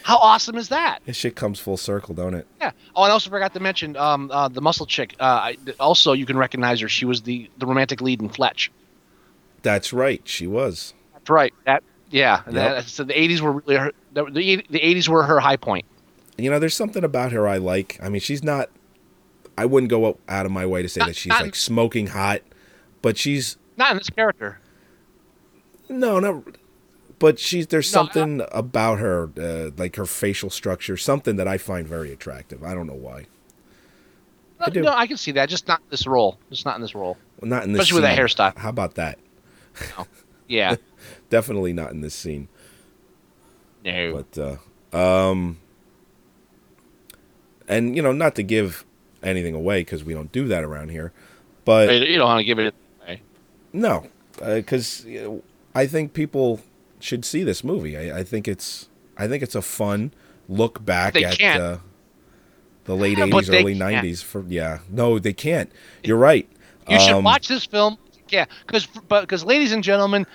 Speaker 3: How awesome is that?
Speaker 5: This shit comes full circle, don't it?
Speaker 3: Yeah. Oh, and I also forgot to mention um, uh, the muscle chick. Uh, I, also, you can recognize her. She was the, the romantic lead in Fletch.
Speaker 5: That's right. She was.
Speaker 3: That's right. That yeah.
Speaker 5: Yep.
Speaker 3: That- so the eighties were really her, the the eighties were her high point.
Speaker 5: You know, there's something about her I like. I mean, she's not. I wouldn't go up- out of my way to say that she's
Speaker 3: not-
Speaker 5: like smoking hot, but she's
Speaker 3: Not in this character.
Speaker 5: no, not. But she's there's
Speaker 3: No, I-
Speaker 5: something about her, uh, like her facial structure, something that I find very attractive. I don't know why.
Speaker 3: No,
Speaker 5: do.
Speaker 3: no, I can see that. Just not this role. Just not in this role.
Speaker 5: Well, not in this.
Speaker 3: Especially with that
Speaker 5: scene.
Speaker 3: hairstyle.
Speaker 5: How about that?
Speaker 3: Yeah.
Speaker 5: Definitely not in this scene.
Speaker 3: no.
Speaker 5: But uh, um, and you know, not to give anything away because we don't do that around here. But
Speaker 3: You- you don't want to give it away.
Speaker 5: No, because I think people should see this movie. I, I think it's I think it's a fun look back
Speaker 3: They
Speaker 5: at
Speaker 3: can't.
Speaker 5: Uh, the late
Speaker 3: But
Speaker 5: eighties,
Speaker 3: they
Speaker 5: early
Speaker 3: can't.
Speaker 5: nineties. For yeah, no, they can't. You're right.
Speaker 3: You should
Speaker 5: Um,
Speaker 3: watch this film. Yeah, because but because ladies and gentlemen,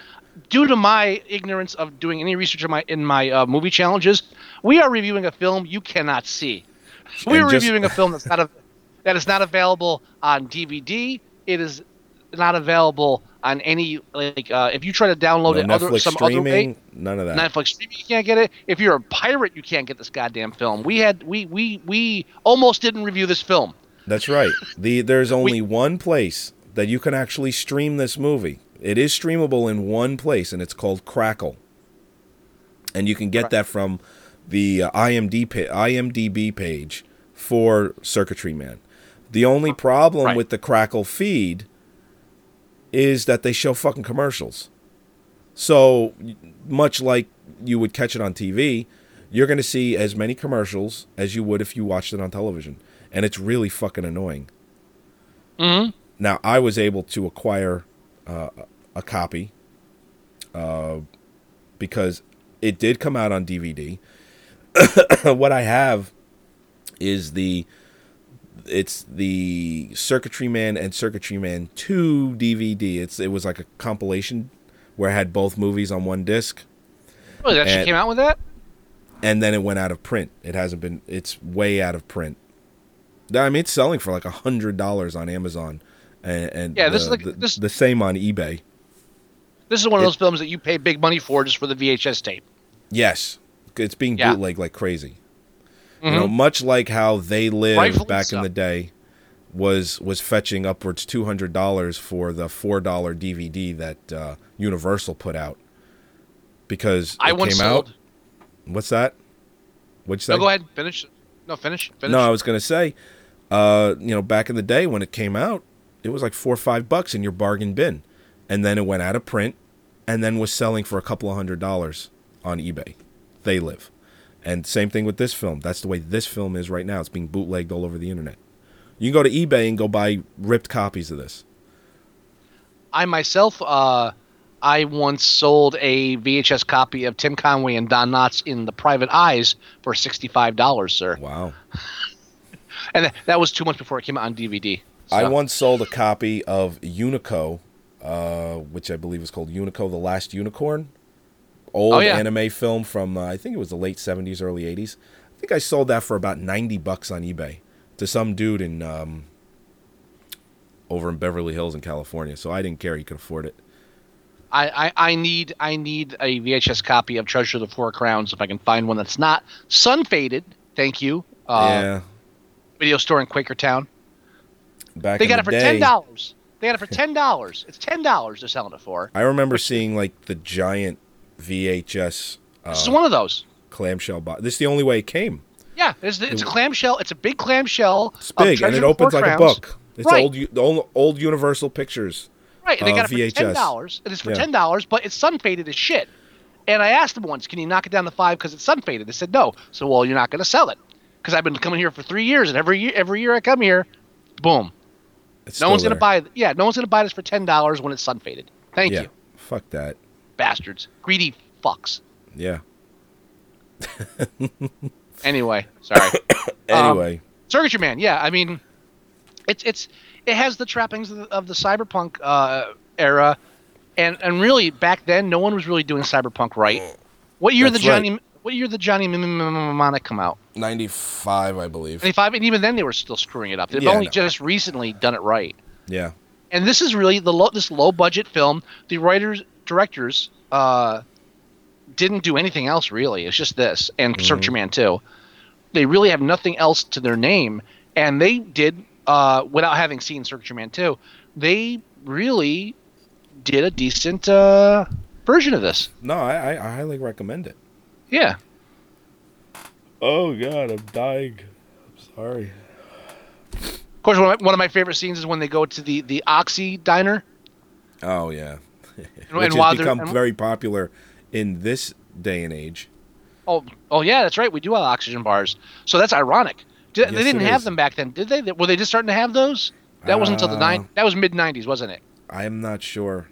Speaker 3: due to my ignorance of doing any research in my in my uh, movie challenges, we are reviewing a film you cannot see. We
Speaker 5: And
Speaker 3: are
Speaker 5: just-
Speaker 3: reviewing a film that's not a, that is not available on DVD. It is not available on any like uh, if you try to download
Speaker 5: no
Speaker 3: it
Speaker 5: Netflix
Speaker 3: other some
Speaker 5: streaming,
Speaker 3: other way.
Speaker 5: none of that.
Speaker 3: Netflix streaming, you can't get it. If you're a pirate, you can't get this goddamn film. We had we we we almost didn't review this film.
Speaker 5: That's right. The there's only one place that you can actually stream this movie. It is streamable in one place, and it's called Crackle. And you can get that from the uh, IMD pa- IMDb page for Circuitry Man. The only problem
Speaker 3: Right.
Speaker 5: with the Crackle feed is that they show fucking commercials. So much like you would catch it on TV, you're going to see as many commercials as you would if you watched it on television, and it's really fucking annoying. Mm-hmm. Now I was able to acquire uh, a copy uh, because it did come out on DVD. *coughs* what I have is the it's the Circuitry Man and Circuitry Man 2 DVD. It's it was like a compilation where I had both movies on one disc
Speaker 3: Oh, that
Speaker 5: And-
Speaker 3: actually came out with that.
Speaker 5: and then it went out of print. It hasn't been. It's way out of print. I mean, it's selling for like a hundred dollars on Amazon, and, and
Speaker 3: Yeah, this is
Speaker 5: the,
Speaker 3: like-
Speaker 5: the,
Speaker 3: this-
Speaker 5: the same on eBay.
Speaker 3: This is one of
Speaker 5: It-
Speaker 3: those films that you pay big money for just for the VHS tape.
Speaker 5: Yes, it's being
Speaker 3: Yeah. Mm-hmm.
Speaker 5: bootleg like crazy. You know, much like how they lived
Speaker 3: Rightfully
Speaker 5: back
Speaker 3: so.
Speaker 5: in the day was was fetching upwards two hundred dollars for the four dollar DVD that uh, Universal put out because
Speaker 3: I
Speaker 5: it
Speaker 3: once
Speaker 5: came
Speaker 3: sold.
Speaker 5: out. What's that? What'd you say?
Speaker 3: No, go ahead, finish. No, finish. Finish.
Speaker 5: No, I was gonna say, uh, you know, back in the day when it came out, it was like four or five bucks in your bargain bin, and then it went out of print, and then was selling for a couple of hundred dollars on eBay. They live, and same thing with this film. That's the way this film is right now. It's being bootlegged all over the internet. You can go to eBay and go buy ripped copies of this.
Speaker 3: I myself uh, I once sold a VHS copy of Tim Conway and Don Knotts in the Private Eyes for sixty-five dollars, sir.
Speaker 5: Wow.
Speaker 3: *laughs* and that, that was two months before it came out on DVD. So-
Speaker 5: I once sold a copy of Unico, uh, which I believe is called Unico: The Last Unicorn, old
Speaker 3: Oh, yeah.
Speaker 5: anime film from uh, I think it was the late '70s, early '80s. I think I sold that for about ninety bucks on eBay to some dude in um, over in Beverly Hills in California. So I didn't care; he could afford it.
Speaker 3: I, I, I need I need a VHS copy of Treasure of the Four Crowns if I can find one that's not sun faded. Thank you. Uh,
Speaker 5: yeah,
Speaker 3: Video store in Quakertown.
Speaker 5: back
Speaker 3: They
Speaker 5: in
Speaker 3: got
Speaker 5: the
Speaker 3: it for
Speaker 5: day,
Speaker 3: ten dollars. They
Speaker 5: *laughs*
Speaker 3: got it for ten dollars. It's ten dollars they're selling it for.
Speaker 5: I remember seeing like the giant VHS
Speaker 3: This is one of those.
Speaker 5: clamshell box. This is the only way it came.
Speaker 3: Yeah, it's, it's a clamshell. It's a big clamshell.
Speaker 5: It's big, and it opens like a book. It's
Speaker 3: right,
Speaker 5: old, u- the old, old Universal Pictures.
Speaker 3: right. And they
Speaker 5: uh,
Speaker 3: got it for ten
Speaker 5: VHS.
Speaker 3: dollars. It is for
Speaker 5: Yeah.
Speaker 3: ten dollars, but it's sun faded as shit. And I asked them once, "Can you knock it down to five because it's sun faded?" They said, "No." So, well, you're not going to sell it because I've been coming here for three years, and every year, every year I come here, boom,
Speaker 5: It's
Speaker 3: no
Speaker 5: still
Speaker 3: one's going
Speaker 5: there.
Speaker 3: to buy. th- Yeah, no one's going to buy this for ten dollars when it's sun faded. Thank
Speaker 5: Yeah,
Speaker 3: you,
Speaker 5: fuck that.
Speaker 3: bastards, greedy fucks.
Speaker 5: Yeah.
Speaker 3: Anyway, sorry.
Speaker 5: Anyway,
Speaker 3: Circuitry Man, yeah. I mean, it's it's it has the trappings of the, of the cyberpunk uh, era, and and really back then no one was really doing cyberpunk right. What year
Speaker 5: That's
Speaker 3: the Johnny?
Speaker 5: right.
Speaker 3: What year the Johnny Mnemonic come out?
Speaker 5: ninety-five, I believe.
Speaker 3: Ninety five, and even then they were still screwing it up. They've
Speaker 5: Yeah, I
Speaker 3: only
Speaker 5: know.
Speaker 3: just recently done it right.
Speaker 5: Yeah,
Speaker 3: and this is really the low, this low budget film. The writers directors uh, didn't do anything else really. It's just this and Searcher Man too. They really have nothing else to their name, and they did uh, without having seen Searcher Man two. They really did a decent uh, version of this.
Speaker 5: no, I, I, I highly recommend it.
Speaker 3: Yeah,
Speaker 5: Oh God, I'm dying. I'm sorry.
Speaker 3: of course. One of, my, one of my favorite scenes is when they go to the the Oxy Diner.
Speaker 5: Oh yeah, *laughs*
Speaker 3: And,
Speaker 5: which
Speaker 3: and
Speaker 5: has
Speaker 3: while they're-
Speaker 5: become
Speaker 3: and-
Speaker 5: very popular in this day and age.
Speaker 3: Oh, oh yeah, that's right. We do have oxygen bars, so that's ironic. Did,
Speaker 5: Yes,
Speaker 3: they didn't
Speaker 5: it
Speaker 3: have
Speaker 5: is.
Speaker 3: them back then, did they? Were they just starting to have those? That wasn't until the
Speaker 5: Uh,
Speaker 3: nine. That was mid '90s, wasn't it?
Speaker 5: I am not sure.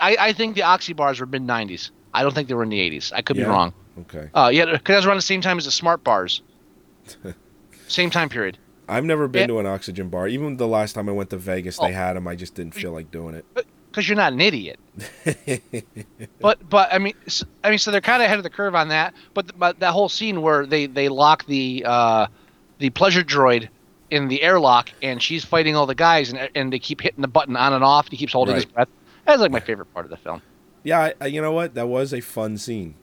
Speaker 3: I, I think the oxy bars were mid '90s. I don't think they were in the '80s. I could
Speaker 5: Yeah?
Speaker 3: be wrong.
Speaker 5: Okay.
Speaker 3: Uh, yeah, because that was around the same time as the smart
Speaker 5: *laughs*
Speaker 3: bars. same time period.
Speaker 5: I've never been
Speaker 3: yeah.
Speaker 5: to an oxygen bar. Even the last time I went to Vegas,
Speaker 3: Oh.
Speaker 5: they had them. I just didn't feel like doing it.
Speaker 3: because you're not an idiot. but but I mean s I mean so they're kind of ahead of the curve on that. But th- but that whole scene where they they lock the uh, the pleasure droid in the airlock and she's fighting all the guys and and they keep hitting the button on and off. And he keeps holding his
Speaker 5: Right.
Speaker 3: breath. That's like my favorite part of the film.
Speaker 5: Yeah, I, I, you know what? That was a fun scene.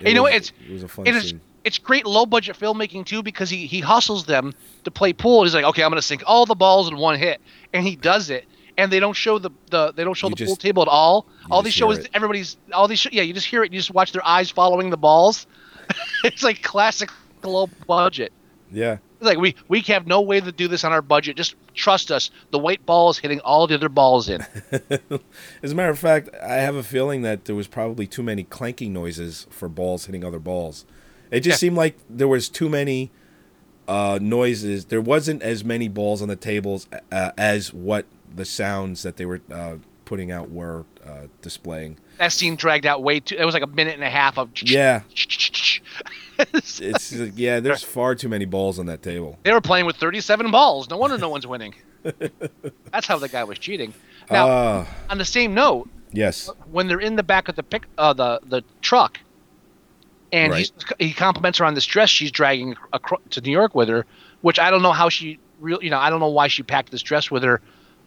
Speaker 5: It
Speaker 3: you know
Speaker 5: was-
Speaker 3: what? It's
Speaker 5: it was a fun
Speaker 3: it is-
Speaker 5: scene.
Speaker 3: It's great low budget filmmaking too because he he hustles them to play pool. He's like, okay, I'm gonna sink all the balls in one hit, and he does it. And they don't show the, the they don't show
Speaker 5: You
Speaker 3: the pool
Speaker 5: just-
Speaker 3: table at all. All they
Speaker 5: just
Speaker 3: show
Speaker 5: hear
Speaker 3: is
Speaker 5: it.
Speaker 3: everybody's all they show. Yeah, you just hear it. You just watch their eyes following the balls. *laughs* it's like classic low budget.
Speaker 5: Yeah.
Speaker 3: It's like we we have no way to do this on our budget. Just trust us. The white ball is hitting all the other balls
Speaker 5: *laughs*
Speaker 3: in.
Speaker 5: As a matter of fact, I have a feeling that there was probably too many clanking noises for balls hitting other balls. It just seemed like there was too many uh, noises. There wasn't as many balls on the tables uh, as what the sounds that they were uh, putting out were uh, displaying.
Speaker 3: that scene dragged out way too. It was like a minute and a half of
Speaker 5: Yeah,
Speaker 3: *laughs* It's *laughs*
Speaker 5: it's uh, yeah. There's far too many balls on that table.
Speaker 3: They were playing with 37 balls. No wonder no one's winning. That's how the guy was cheating. Now,
Speaker 5: Uh,
Speaker 3: on the same note,
Speaker 5: yes.
Speaker 3: when they're in the back of the pick, uh, the the truck, and
Speaker 5: Right.
Speaker 3: he's, he compliments her on this dress she's dragging acro- to New York with her, which I don't know how she real, you know, I don't know why she packed this dress with her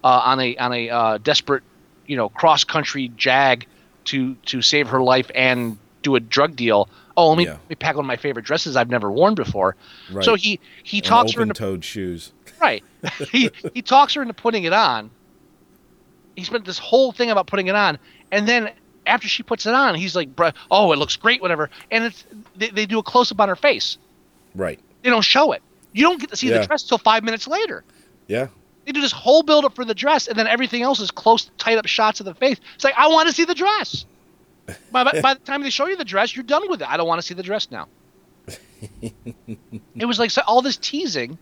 Speaker 3: uh, on a on a uh, desperate, you know, cross country jag to to save her life and do a drug deal. Oh, let me,
Speaker 5: Yeah.
Speaker 3: let me pack one of my favorite dresses I've never worn before.
Speaker 5: Right.
Speaker 3: So he he
Speaker 5: And
Speaker 3: talks her into
Speaker 5: open-toed shoes. *laughs*
Speaker 3: Right. he he talks her into putting it on. He spent this whole thing about putting it on, and then after she puts it on, he's like, "Bruh, oh, it looks great, whatever." And it's they, they do a close up on her face.
Speaker 5: Right.
Speaker 3: They don't show it. You don't get to see
Speaker 5: Yeah.
Speaker 3: the dress till five minutes later.
Speaker 5: Yeah.
Speaker 3: They do this whole build up for the dress, and then everything else is close, tight up shots of the face. It's like I want to see the
Speaker 5: *laughs*
Speaker 3: dress. By, by, by the time they show you the dress, you're done with it. I don't want to see the dress
Speaker 5: *laughs*
Speaker 3: now. it was like so all this teasing,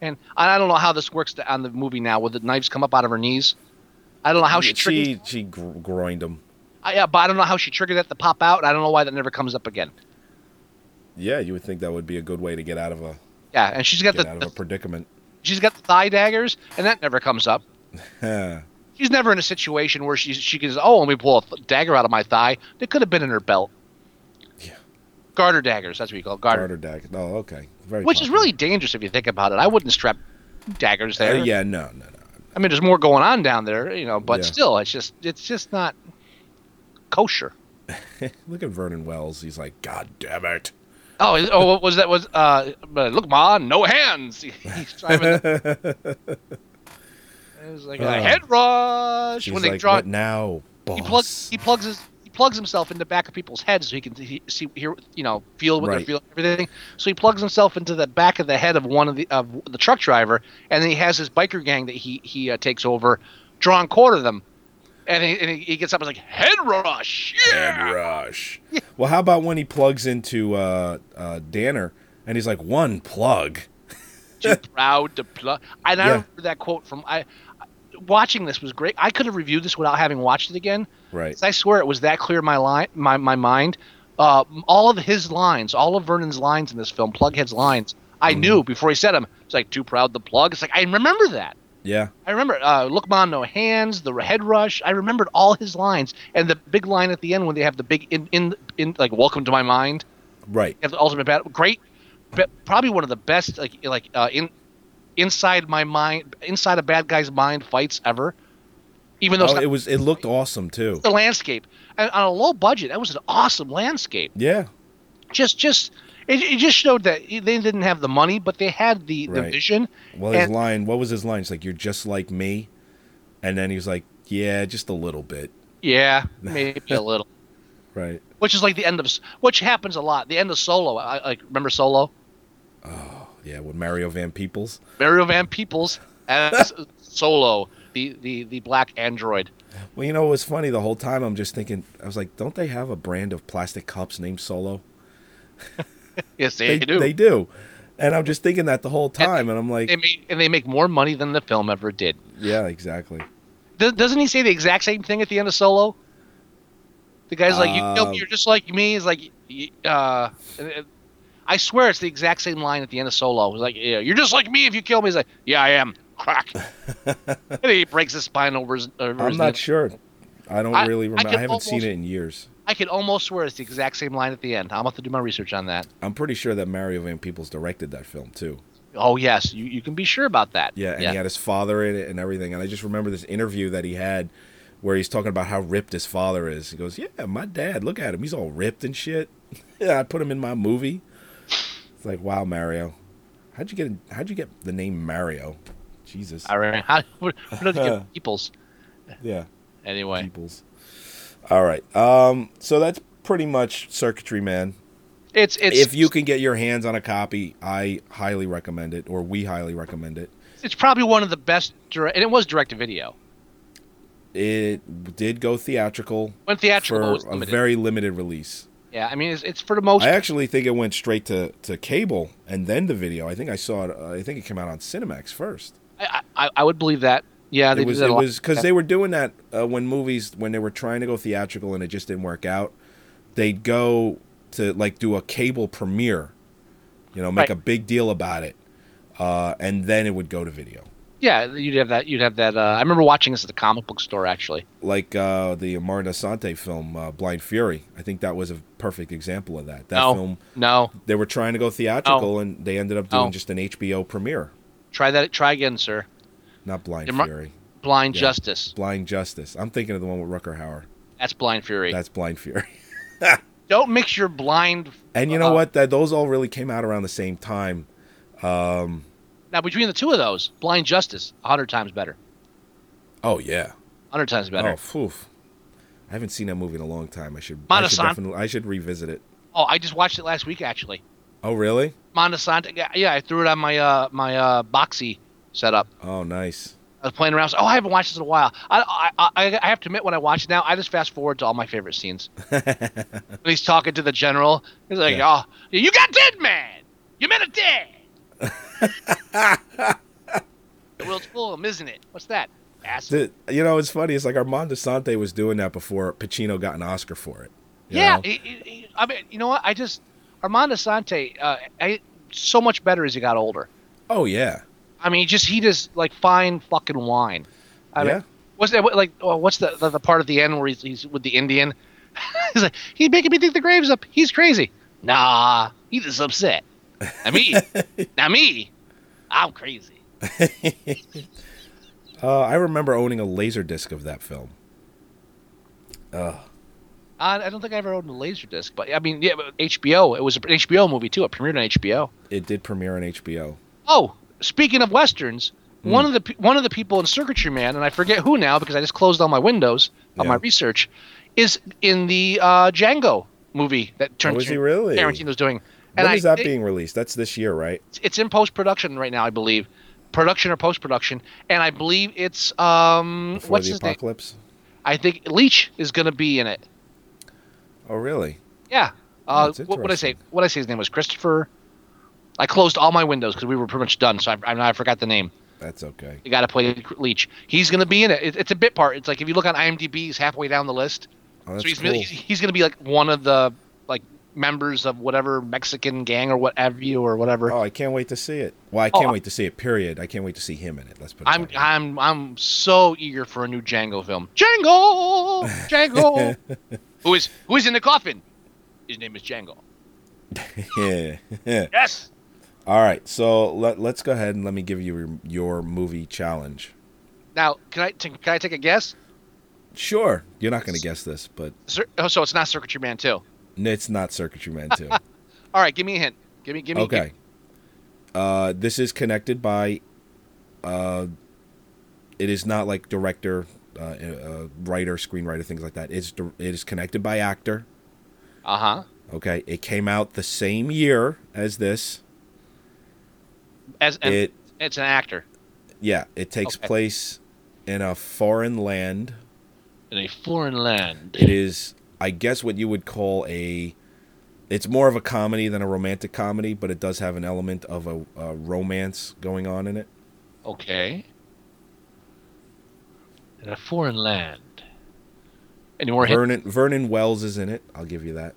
Speaker 3: and I I don't know how this works to- on the movie now. Where the knives come up out of her knees, I don't know how she,
Speaker 5: she
Speaker 3: tricked.
Speaker 5: she gro- groined them.
Speaker 3: I, yeah, but I don't know how she triggered that to pop out. and I don't know why that never comes up again.
Speaker 5: Yeah, you would think that would be a good way to get out of a
Speaker 3: Yeah, and she's got
Speaker 5: get
Speaker 3: the,
Speaker 5: out of a
Speaker 3: the
Speaker 5: predicament.
Speaker 3: she's got the thigh daggers, and that never comes up.
Speaker 5: Huh.
Speaker 3: She's never in a situation where she she goes, oh, let me pull a th- dagger out of my thigh. It could have been in her belt.
Speaker 5: Yeah.
Speaker 3: Garter daggers. That's what you call it, garter,
Speaker 5: Garter dagger. Oh, okay. Very
Speaker 3: which is
Speaker 5: popular.
Speaker 3: really dangerous if you think about it. I wouldn't strap daggers there.
Speaker 5: Uh, yeah, no, no, no.
Speaker 3: I mean, there's more going on down there, you know. But
Speaker 5: Yeah.
Speaker 3: still, it's just it's just not kosher.
Speaker 5: Look at Vernon Wells. He's like, God damn it.
Speaker 3: Oh, is- oh, what was that? Was uh, but look, ma, no hands. He's driving. The... it was like a head rush
Speaker 5: Uh, He's
Speaker 3: when they
Speaker 5: like,
Speaker 3: draw.
Speaker 5: what now, boss?
Speaker 3: he plugs. He plugs his. He plugs himself in the back of people's heads so he can he, see, hear, you know, feel what
Speaker 5: Right.
Speaker 3: they're feeling, everything. So he plugs himself into the back of the head of one of the of the truck driver, and then he has his biker gang that he he uh, takes over, draw and quarter them, and he, and he, he gets up and is like head rush, yeah.
Speaker 5: and rush. Well, how about when he plugs into uh, uh, Danner and he's like, one plug.
Speaker 3: too
Speaker 5: *laughs*
Speaker 3: proud to plug. And I
Speaker 5: Yeah.
Speaker 3: remember that quote from I. Watching this was great. I could have reviewed this without having watched it again.
Speaker 5: Right.
Speaker 3: 'Cause I swear it was that clear in my line, my my mind. Uh, all of his lines, all of Vernon's lines in this film, Plughead's lines, I
Speaker 5: Mm-hmm.
Speaker 3: knew before he said them. It's like too proud to plug. It's like I remember that.
Speaker 5: Yeah.
Speaker 3: I remember uh, look man no hands, the head rush. I remembered all his lines and the big line at the end when they have the big in in, in like welcome to my mind
Speaker 5: Right.
Speaker 3: have the ultimate battle. Great, but probably one of the best like like uh, in inside my mind, inside a bad guy's mind fights ever. Even though it's
Speaker 5: Oh,
Speaker 3: not
Speaker 5: it was. It looked awesome too.
Speaker 3: the landscape and on a low budget, that was an awesome landscape.
Speaker 5: Yeah.
Speaker 3: Just just it, it just showed that they didn't have the money, but they had the, the
Speaker 5: Right.
Speaker 3: vision.
Speaker 5: Well, his
Speaker 3: and-
Speaker 5: line. What was his line? It's like, "You're just like me," and then he's like, "Yeah, just a little bit."
Speaker 3: yeah, maybe a little.
Speaker 5: Right.
Speaker 3: Which is like the end of which happens a lot. The end of Solo. I, I remember Solo.
Speaker 5: Yeah. With Mario Van Peoples.
Speaker 3: Mario Van Peoples
Speaker 5: *laughs*
Speaker 3: as Solo, the the the black android.
Speaker 5: Well, you know, it was funny the whole time. I'm just thinking. I was like, "Don't they have a brand of plastic cups named Solo?"
Speaker 3: Yes, they, do.
Speaker 5: They do. And I'm just thinking that the whole time. And I'm like,
Speaker 3: they make, and they make more money than the film ever did.
Speaker 5: "Yeah, exactly."
Speaker 3: Th- doesn't he say the exact same thing at the end of Solo? The guy's like, "You know,
Speaker 5: Uh,
Speaker 3: you're just like me." Is like, y- uh, I swear it's the exact same line at the end of Solo. It's like, yeah, "You're just like me if you kill me." He's like, "Yeah, I am."
Speaker 5: *laughs*
Speaker 3: Crack. and he breaks his spine over his. Over
Speaker 5: I'm
Speaker 3: his
Speaker 5: not
Speaker 3: knee.
Speaker 5: sure. I don't
Speaker 3: I-
Speaker 5: really
Speaker 3: I
Speaker 5: remember. I,
Speaker 3: can
Speaker 5: haven't seen
Speaker 3: almost-
Speaker 5: it in years.
Speaker 3: I could almost swear it's the exact same line at the end. I'm going to do my research on that.
Speaker 5: I'm pretty sure that Mario Van Peebles directed that film too.
Speaker 3: Oh yes, you, you can be sure about that.
Speaker 5: Yeah, and he
Speaker 3: *laughs*
Speaker 5: had
Speaker 3: yeah.
Speaker 5: his father in it and everything. And I just remember this interview that he had where he's talking about how ripped his father is. He goes, "Yeah, my dad. Look at him. He's all ripped and shit. *laughs* Yeah, I put him in my movie." It's like, wow, Mario, how'd you get? How'd you get the name Mario? Jesus.
Speaker 3: I remember. How, *laughs* what did they
Speaker 5: *laughs*
Speaker 3: give peoples
Speaker 5: Yeah.
Speaker 3: anyway?
Speaker 5: Peoples. All right. Um. So that's pretty much circuitry, man.
Speaker 3: It's it's
Speaker 5: if you can get your hands on a copy, I highly recommend it, or we highly recommend it.
Speaker 3: it's probably one of the best direct, and it was direct to video.
Speaker 5: It did go theatrical
Speaker 3: Went theatrical but
Speaker 5: for
Speaker 3: was
Speaker 5: a
Speaker 3: limited.
Speaker 5: very limited release.
Speaker 3: yeah, I mean it's, it's for the most.
Speaker 5: I actually think it went straight to, to cable and then the video. I think I saw it. uh, I think it came out on Cinemax first.
Speaker 3: I, I I would believe that. Yeah, they
Speaker 5: it was
Speaker 3: did that
Speaker 5: it
Speaker 3: a lot.
Speaker 5: was because they were doing that uh, when movies when they were trying to go theatrical and it just didn't work out. They'd go to like do a cable premiere, you know, make
Speaker 3: Right.
Speaker 5: a big deal about it, uh, and then it would go to video.
Speaker 3: Yeah, you'd have that. You'd have that. Uh, I remember watching this at the comic book store actually.
Speaker 5: like uh, the Martin Asante film uh, Blind Fury. I think that was a perfect example of that. That
Speaker 3: no,
Speaker 5: film
Speaker 3: no,
Speaker 5: they were trying to go
Speaker 3: Oh.
Speaker 5: theatrical and they ended up doing
Speaker 3: No.
Speaker 5: just an HBO premiere,
Speaker 3: try that. Try again, sir.
Speaker 5: not Blind
Speaker 3: The Mar-
Speaker 5: Fury.
Speaker 3: Blind
Speaker 5: Yeah.
Speaker 3: Justice.
Speaker 5: Blind Justice. I'm thinking of the one with Rucker Hauer.
Speaker 3: That's Blind Fury.
Speaker 5: That's Blind Fury. *laughs*
Speaker 3: Don't mix your blind.
Speaker 5: And you know
Speaker 3: Uh,
Speaker 5: what? That those all really came out around the same time.
Speaker 3: Now between the two of those, Blind Justice, hundred times better.
Speaker 5: Oh yeah.
Speaker 3: Hundred times better.
Speaker 5: Oh, phew. I haven't seen that movie in a long time. I should. I should
Speaker 3: Manasan.
Speaker 5: definitely. I should revisit it.
Speaker 3: oh, I just watched it last week actually.
Speaker 5: Oh really?
Speaker 3: Mondesante. yeah, Yeah, I threw it on my uh my uh boxy setup.
Speaker 5: Oh nice.
Speaker 3: I was playing around. I was like, oh, I haven't watched this in a while. I, I, I, I have to admit, when I watch it now, I just fast forward to all my favorite scenes.
Speaker 5: *laughs*
Speaker 3: when he's talking to the general, he's like, "Oh, you got dead man. You meant a
Speaker 5: *laughs*
Speaker 3: dead." the world's full of 'em, isn't it? What's that?
Speaker 5: The- you know, it's funny. It's like Armand DeSante was doing that before Pacino got an Oscar for it. you
Speaker 3: Yeah,
Speaker 5: know?
Speaker 3: he- he- he- I mean, you know what? I just Armando Sante, uh, I so much better as he got older.
Speaker 5: Oh yeah.
Speaker 3: I mean, just he just like fine fucking wine. I
Speaker 5: Yeah.
Speaker 3: mean, what's that? What, like, oh, what's the, the the part at the end where he's, he's with the Indian? *laughs* he's like, he's making me dig the graves up. He's crazy. Nah, he just upset. Now me, now me, I'm crazy.
Speaker 5: Uh, I remember owning a laser disc of that film. Ugh.
Speaker 3: I, I don't think I ever owned a laser disc, but I mean, yeah, but HBO. It was an HBO movie too. It premiered on HBO.
Speaker 5: it did premiere on HBO.
Speaker 3: Oh, speaking of westerns,
Speaker 5: Hmm.
Speaker 3: one of the pe- one of the people in Circuitry Man, and I forget who now because I just closed all my windows on my
Speaker 5: Yeah.
Speaker 3: research, is in the uh, Django movie that
Speaker 5: Oh,
Speaker 3: turned
Speaker 5: is he really?
Speaker 3: Tarantino's doing.
Speaker 5: When is that
Speaker 3: think
Speaker 5: being released? That's this year, right?
Speaker 3: it's- It's in post production right now, I believe, production or post production, and I believe it's um
Speaker 5: Before
Speaker 3: what's
Speaker 5: the
Speaker 3: his name?
Speaker 5: apocalypse.
Speaker 3: I think Leach is going to be in it.
Speaker 5: Oh really?
Speaker 3: Yeah. Uh,
Speaker 5: That's
Speaker 3: what would I say? What I say? His name was Christopher. I closed all my windows because we were pretty much done, so I, I, I forgot the name.
Speaker 5: That's okay.
Speaker 3: You got to play Leach. He's going to be in it. it. It's a bit part. It's like if you look on IMDb, he's halfway down the list.
Speaker 5: Oh, that's
Speaker 3: so he's
Speaker 5: cool.
Speaker 3: he's, going to be like one of the like members of whatever Mexican gang or whatever you or whatever.
Speaker 5: Oh, I can't wait to see it. Well, I
Speaker 3: Oh,
Speaker 5: can't
Speaker 3: I-
Speaker 5: wait to see it. Period. I can't wait to see him in it. Let's put. It
Speaker 3: I'm I'm I'm so eager for a new Django film.
Speaker 5: *laughs*
Speaker 3: Django, Django. who is who is in the coffin? His name is Django.
Speaker 5: *laughs* yeah.
Speaker 3: Yes.
Speaker 5: All right. So let, let's go ahead and let me give you your, your movie challenge.
Speaker 3: Now, can I t- can I take a guess?
Speaker 5: Sure. You're not going to guess this, but
Speaker 3: Cir- oh, so it's not Circuitry Man too.
Speaker 5: it's not Circuitry Man
Speaker 3: *laughs*
Speaker 5: 2.
Speaker 3: All right, give me a hint. Give me give me.
Speaker 5: okay. Uh, this is connected by. Uh, it is not like director, uh, uh, writer, screenwriter, things like that. It's dir- it is connected by actor.
Speaker 3: Uh huh.
Speaker 5: Okay. It came out the same year as this.
Speaker 3: As and
Speaker 5: It-
Speaker 3: it's an actor
Speaker 5: Yeah. It takes
Speaker 3: Okay.
Speaker 5: place in a foreign land.
Speaker 3: in a foreign land.
Speaker 5: It is, I guess, what you would call a. It's more of a comedy than a romantic comedy, but it does have an element of a, a romance going on in it.
Speaker 3: Okay. In a foreign land. Any more hint?
Speaker 5: Vernon Vernon Wells is in it. I'll give you that.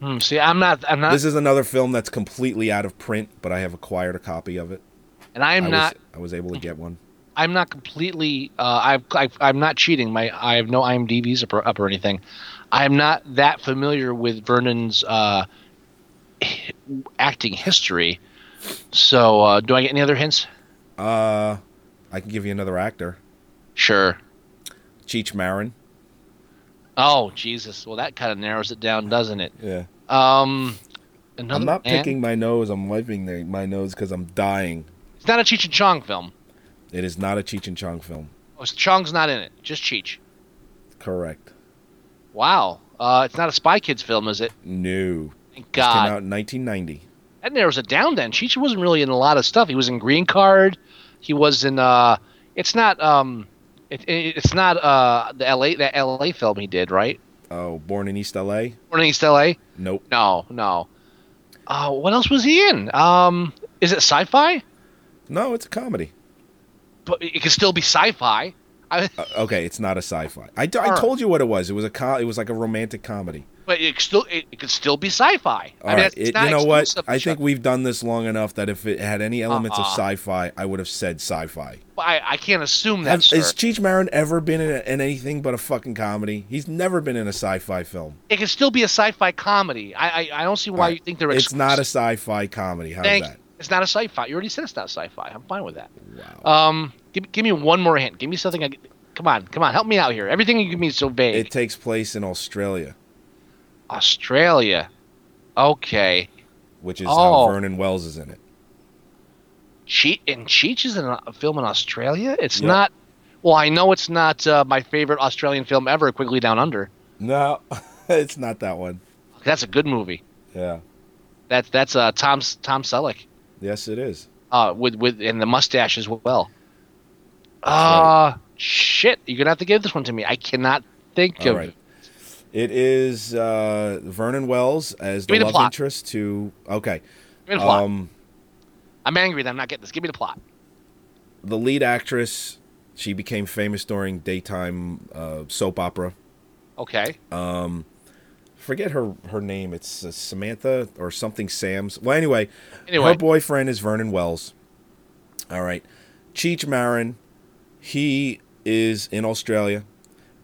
Speaker 3: Hmm, see, I'm not. I'm not.
Speaker 5: This is another film that's completely out of print, but I have acquired a copy of it.
Speaker 3: and I'm
Speaker 5: I
Speaker 3: not.
Speaker 5: Was, I was able to get one.
Speaker 3: I'm not completely. Uh, I've, I've. I'm not cheating. My. I have no IMDb's up or, up or anything. I'm not that familiar with Vernon's uh, acting history. So, uh, do I get any other hints?
Speaker 5: Uh, I can give you another actor,
Speaker 3: Sure.
Speaker 5: Cheech Marin.
Speaker 3: Oh Jesus! Well, that kind of narrows it down, doesn't it?
Speaker 5: Yeah.
Speaker 3: Um, another
Speaker 5: I'm not
Speaker 3: man?
Speaker 5: picking my nose. I'm wiping the, my nose because I'm dying.
Speaker 3: It's not a Cheech and Chong film.
Speaker 5: It is not a Cheech and Chong film.
Speaker 3: Oh, it's- Chong's not in it. Just Cheech.
Speaker 5: Correct.
Speaker 3: Wow. Uh, it's not a Spy Kids film, is it?
Speaker 5: No.
Speaker 3: Thank
Speaker 5: This came
Speaker 3: God.
Speaker 5: out in 1990.
Speaker 3: That narrows it down. Then Cheech wasn't really in a lot of stuff. He was in Green Card. He was in. Uh, it's not. Um, it, it, it's not uh, the L.A. That L.A. film he did, right?
Speaker 5: Oh, Born in East LA?
Speaker 3: Born in East L.A.
Speaker 5: Nope.
Speaker 3: No, no. Uh, what else was he in? Um, is it sci-fi?
Speaker 5: No, it's a comedy.
Speaker 3: But it could still be sci-fi. I,
Speaker 5: Uh, okay, it's not a sci-fi. I, d- I
Speaker 3: All right.
Speaker 5: told you what it was. It was a co- it was like a romantic comedy.
Speaker 3: *laughs* But it could still it, it could still be sci-fi.
Speaker 5: All right,
Speaker 3: it's
Speaker 5: it-
Speaker 3: not
Speaker 5: you know what?
Speaker 3: exclusive to
Speaker 5: I
Speaker 3: Chuck.
Speaker 5: think we've done this long enough that if it had any elements of
Speaker 3: Uh-uh.
Speaker 5: sci-fi, I would have said sci-fi.
Speaker 3: I, I can't assume that.
Speaker 5: Have,
Speaker 3: sir.
Speaker 5: has Cheech Marin ever been in, a- in anything but a fucking comedy? He's never been in a sci-fi film.
Speaker 3: It could still be a sci-fi comedy. I I, I don't see why you think they're.
Speaker 5: It's not a
Speaker 3: exclusive.
Speaker 5: sci-fi comedy. How's
Speaker 3: Thank-
Speaker 5: that?
Speaker 3: It's not a sci-fi. You already said it's not sci-fi. I'm fine with that. Wow. Um, give, give me one more hint. Give me something. I, come on, come on, help me out here. Everything you give me is so vague.
Speaker 5: It takes place in Australia,
Speaker 3: Australia. Okay.
Speaker 5: which is
Speaker 3: Oh.
Speaker 5: how Vernon Wells is in it.
Speaker 3: Cheat and Cheech is in a, a film in Australia. It's
Speaker 5: Yeah.
Speaker 3: not. Well, I know it's not uh, my favorite Australian film ever, Quigley Down Under.
Speaker 5: No, *laughs* it's not that one.
Speaker 3: That's a good movie.
Speaker 5: Yeah.
Speaker 3: That's that's uh, Tom Tom Selleck
Speaker 5: Yes, it is.
Speaker 3: uh, with with and the mustache as well. uh, shit! You're gonna have to give this one to me. I cannot think
Speaker 5: All
Speaker 3: of.
Speaker 5: right. It is uh, Vernon Wells as
Speaker 3: Give me
Speaker 5: the
Speaker 3: the
Speaker 5: love
Speaker 3: plot.
Speaker 5: interest to. Okay.
Speaker 3: Give me the plot.
Speaker 5: Um,
Speaker 3: I'm angry that I'm not getting this. Give me the plot.
Speaker 5: the lead actress, she became famous during daytime uh, soap opera.
Speaker 3: Okay.
Speaker 5: Um, forget her her name. It's uh, Samantha or something Sam's. Well, anyway,
Speaker 3: Anyway.
Speaker 5: her boyfriend is Vernon Wells. All right, Cheech Marin. He is in Australia,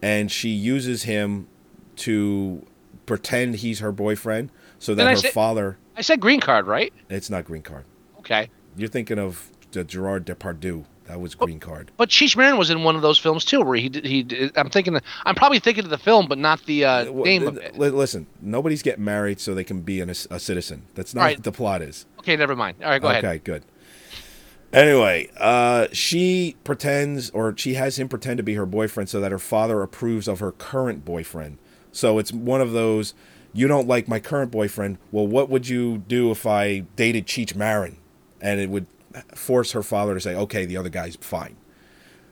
Speaker 5: and she uses him to pretend he's her boyfriend, so that
Speaker 3: Then I
Speaker 5: her
Speaker 3: said-
Speaker 5: father.
Speaker 3: I said green card, right?
Speaker 5: It's not green card.
Speaker 3: Okay.
Speaker 5: You're thinking of the Gerard Depardieu. That was green card.
Speaker 3: But Cheech Marin was in one of those films too, where he did, he. Did, I'm thinking. I'm probably thinking of the film, but not the uh,
Speaker 5: Well,
Speaker 3: name of
Speaker 5: li-
Speaker 3: it.
Speaker 5: li- Listen, nobody's getting married so they can be an, a, a citizen. That's not
Speaker 3: Right.
Speaker 5: what the plot is.
Speaker 3: Okay, never mind. All right, go
Speaker 5: okay,
Speaker 3: ahead.
Speaker 5: good. Anyway, uh, she pretends, or she has him pretend to be her boyfriend so that her father approves of her current boyfriend. So it's one of those, you don't like my current boyfriend. Well, what would you do if I dated Cheech Marin? And it would force her father to say, okay, the other guy's fine.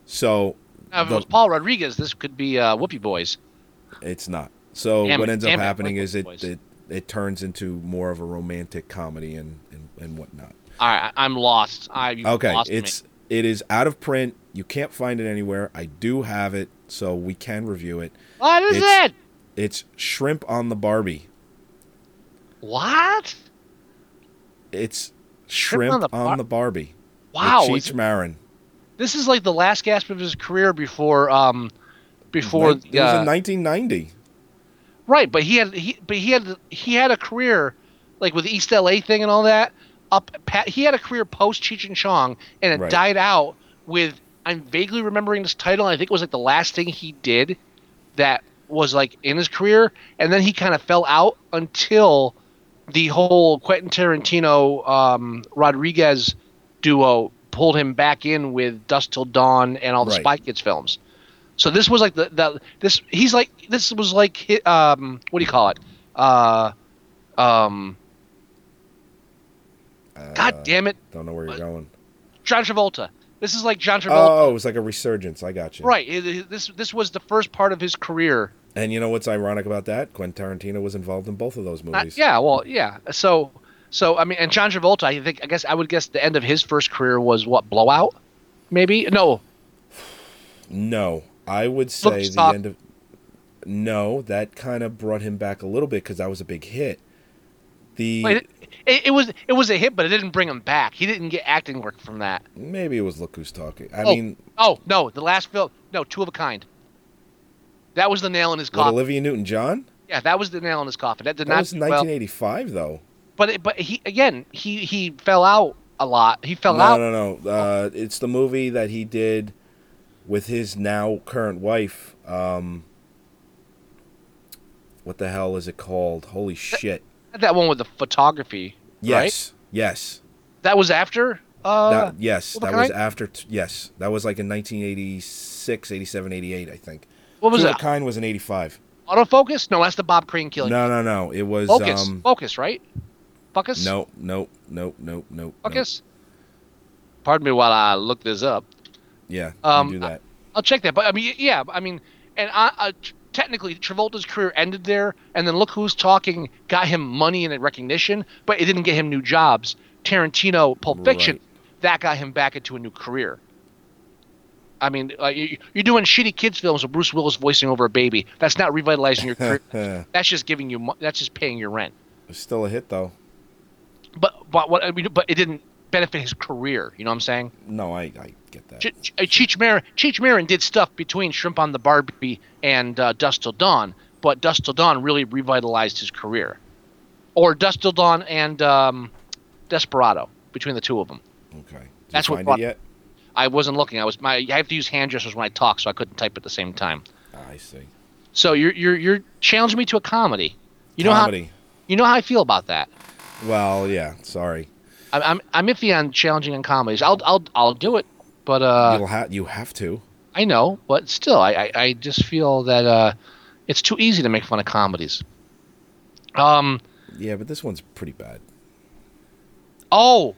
Speaker 5: So
Speaker 3: Now, if Uh, it
Speaker 5: the-
Speaker 3: was Paul Rodriguez, this could be uh, Whoopi Boys.
Speaker 5: it's not. So
Speaker 3: Damn
Speaker 5: what
Speaker 3: it,
Speaker 5: ends up
Speaker 3: damn it,
Speaker 5: happening
Speaker 3: Michael
Speaker 5: is it,
Speaker 3: Boyce.
Speaker 5: it it turns into more of a romantic comedy and and, and whatnot.
Speaker 3: All right, I- I'm lost. I you've
Speaker 5: Okay,
Speaker 3: lost me.
Speaker 5: it's it is out of print. You can't find it anywhere. I do have it, so we can review it.
Speaker 3: What is
Speaker 5: it's,
Speaker 3: it?
Speaker 5: It's shrimp on the Barbie.
Speaker 3: What?
Speaker 5: It's
Speaker 3: Shrimp
Speaker 5: shrimp,
Speaker 3: on
Speaker 5: on,
Speaker 3: the
Speaker 5: the
Speaker 3: Bar-
Speaker 5: Barbie. with
Speaker 3: Wow, is
Speaker 5: Cheech
Speaker 3: it-
Speaker 5: Marin.
Speaker 3: This is like the last gasp of his career before um before
Speaker 5: Nin-
Speaker 3: the,
Speaker 5: it was
Speaker 3: uh,
Speaker 5: in 1990.
Speaker 3: right, but he had he but he had he had a career like with East LA thing and all that. Up pat, he had a career post Cheech and Chong and it
Speaker 5: Right.
Speaker 3: died out with I'm vaguely remembering this title. and I think it was like the last thing he did that was like in his career and then he kind of fell out until the whole Quentin Tarantino um, Rodriguez duo pulled him back in with Dust Till Dawn and all the
Speaker 5: Right.
Speaker 3: Spy Kids films. So this was like the, the this he's like this was like hi- um what do you call it uh um
Speaker 5: Uh,
Speaker 3: God damn it
Speaker 5: Don't know where you're going.
Speaker 3: John Travolta this is like John Travolta
Speaker 5: Oh, it was like a resurgence. I got you.
Speaker 3: right it- it- this this was the first part of his career
Speaker 5: And you know what's ironic about that? Quentin Tarantino was involved in both of those
Speaker 3: Uh,
Speaker 5: movies.
Speaker 3: yeah, well, yeah. So, so I mean, and John Travolta, I think, I guess, I would guess the end of his first career was what Blowout, maybe? No,
Speaker 5: No, I would
Speaker 3: Look,
Speaker 5: say the
Speaker 3: stop.
Speaker 5: end of. No, that kind of brought him back a little bit because that was a big hit. The
Speaker 3: Wait, it, it, it was it was a hit, but it didn't bring him back. He didn't get acting work from that.
Speaker 5: maybe it was Look Who's Talking. I
Speaker 3: oh,
Speaker 5: mean,
Speaker 3: oh no, the last film, no, Two of a Kind. That was the nail in his
Speaker 5: with
Speaker 3: coffin.
Speaker 5: Olivia Newton-John.
Speaker 3: yeah, that was the nail in his coffin. That did
Speaker 5: That
Speaker 3: not
Speaker 5: was
Speaker 3: do well.
Speaker 5: 1985, though.
Speaker 3: But it, but he again, he he fell out a lot. He fell
Speaker 5: No,
Speaker 3: out.
Speaker 5: no, no. Uh, it's the movie that he did with his now current wife. Um, what the hell is it called? Holy shit!
Speaker 3: That one with the photography.
Speaker 5: Yes, yes.
Speaker 3: Right? That was after. Uh,
Speaker 5: that, yes,
Speaker 3: Two of a
Speaker 5: that was
Speaker 3: Kind?
Speaker 5: after. T- yes, that was like in 1986, 87, 88, I think.
Speaker 3: What was
Speaker 5: Two of
Speaker 3: it?
Speaker 5: a Kind was in 85.
Speaker 3: Autofocus? No, that's the Bob Crane killing.
Speaker 5: No, no, no. It was.
Speaker 3: Focus.
Speaker 5: Um,
Speaker 3: focus, right? Focus?
Speaker 5: no, no, no, no, no.
Speaker 3: Focus? Pardon me while I look this up.
Speaker 5: No. Yeah,
Speaker 3: Um,
Speaker 5: you do that.
Speaker 3: I'll check that. But I mean, yeah, I mean, and I, uh, t- technically, Travolta's career ended there. And then Look Who's Talking got him money and recognition, but it didn't get him new jobs. Tarantino, Pulp Fiction, that got him back into a new career. I mean, uh, you, you're doing shitty kids films with Bruce Willis voicing over a baby. That's not revitalizing your career. that's just giving you. Mo- that's just paying your rent.
Speaker 5: It's still a hit though.
Speaker 3: but but what I mean, but it didn't benefit his career. You know what I'm saying?
Speaker 5: No, I, I get that.
Speaker 3: Ch- Ch- uh, Cheech Marin, Cheech Marin did stuff between Shrimp on the Barbie and uh, Dust Till Dawn, but Dust Till Dawn really revitalized his career, or Dust Till Dawn and um, Desperado between the two of them.
Speaker 5: Okay. Did
Speaker 3: That's
Speaker 5: you
Speaker 3: what
Speaker 5: find
Speaker 3: brought-
Speaker 5: it yet?
Speaker 3: I wasn't looking. I was my. I have to use hand gestures when I talk, so I couldn't type at the same time.
Speaker 5: Ah, I see.
Speaker 3: So you're you're you're challenging me to a comedy. You know
Speaker 5: Comedy.
Speaker 3: how you know how I feel about that.
Speaker 5: Well, yeah. Sorry.
Speaker 3: I'm I'm, I'm iffy on challenging on comedies. I'll I'll I'll do it, but uh,
Speaker 5: You'll ha- you have to.
Speaker 3: I know, but still, I, I, I just feel that uh, it's too easy to make fun of comedies. Um.
Speaker 5: Yeah, but this one's pretty bad.
Speaker 3: Oh.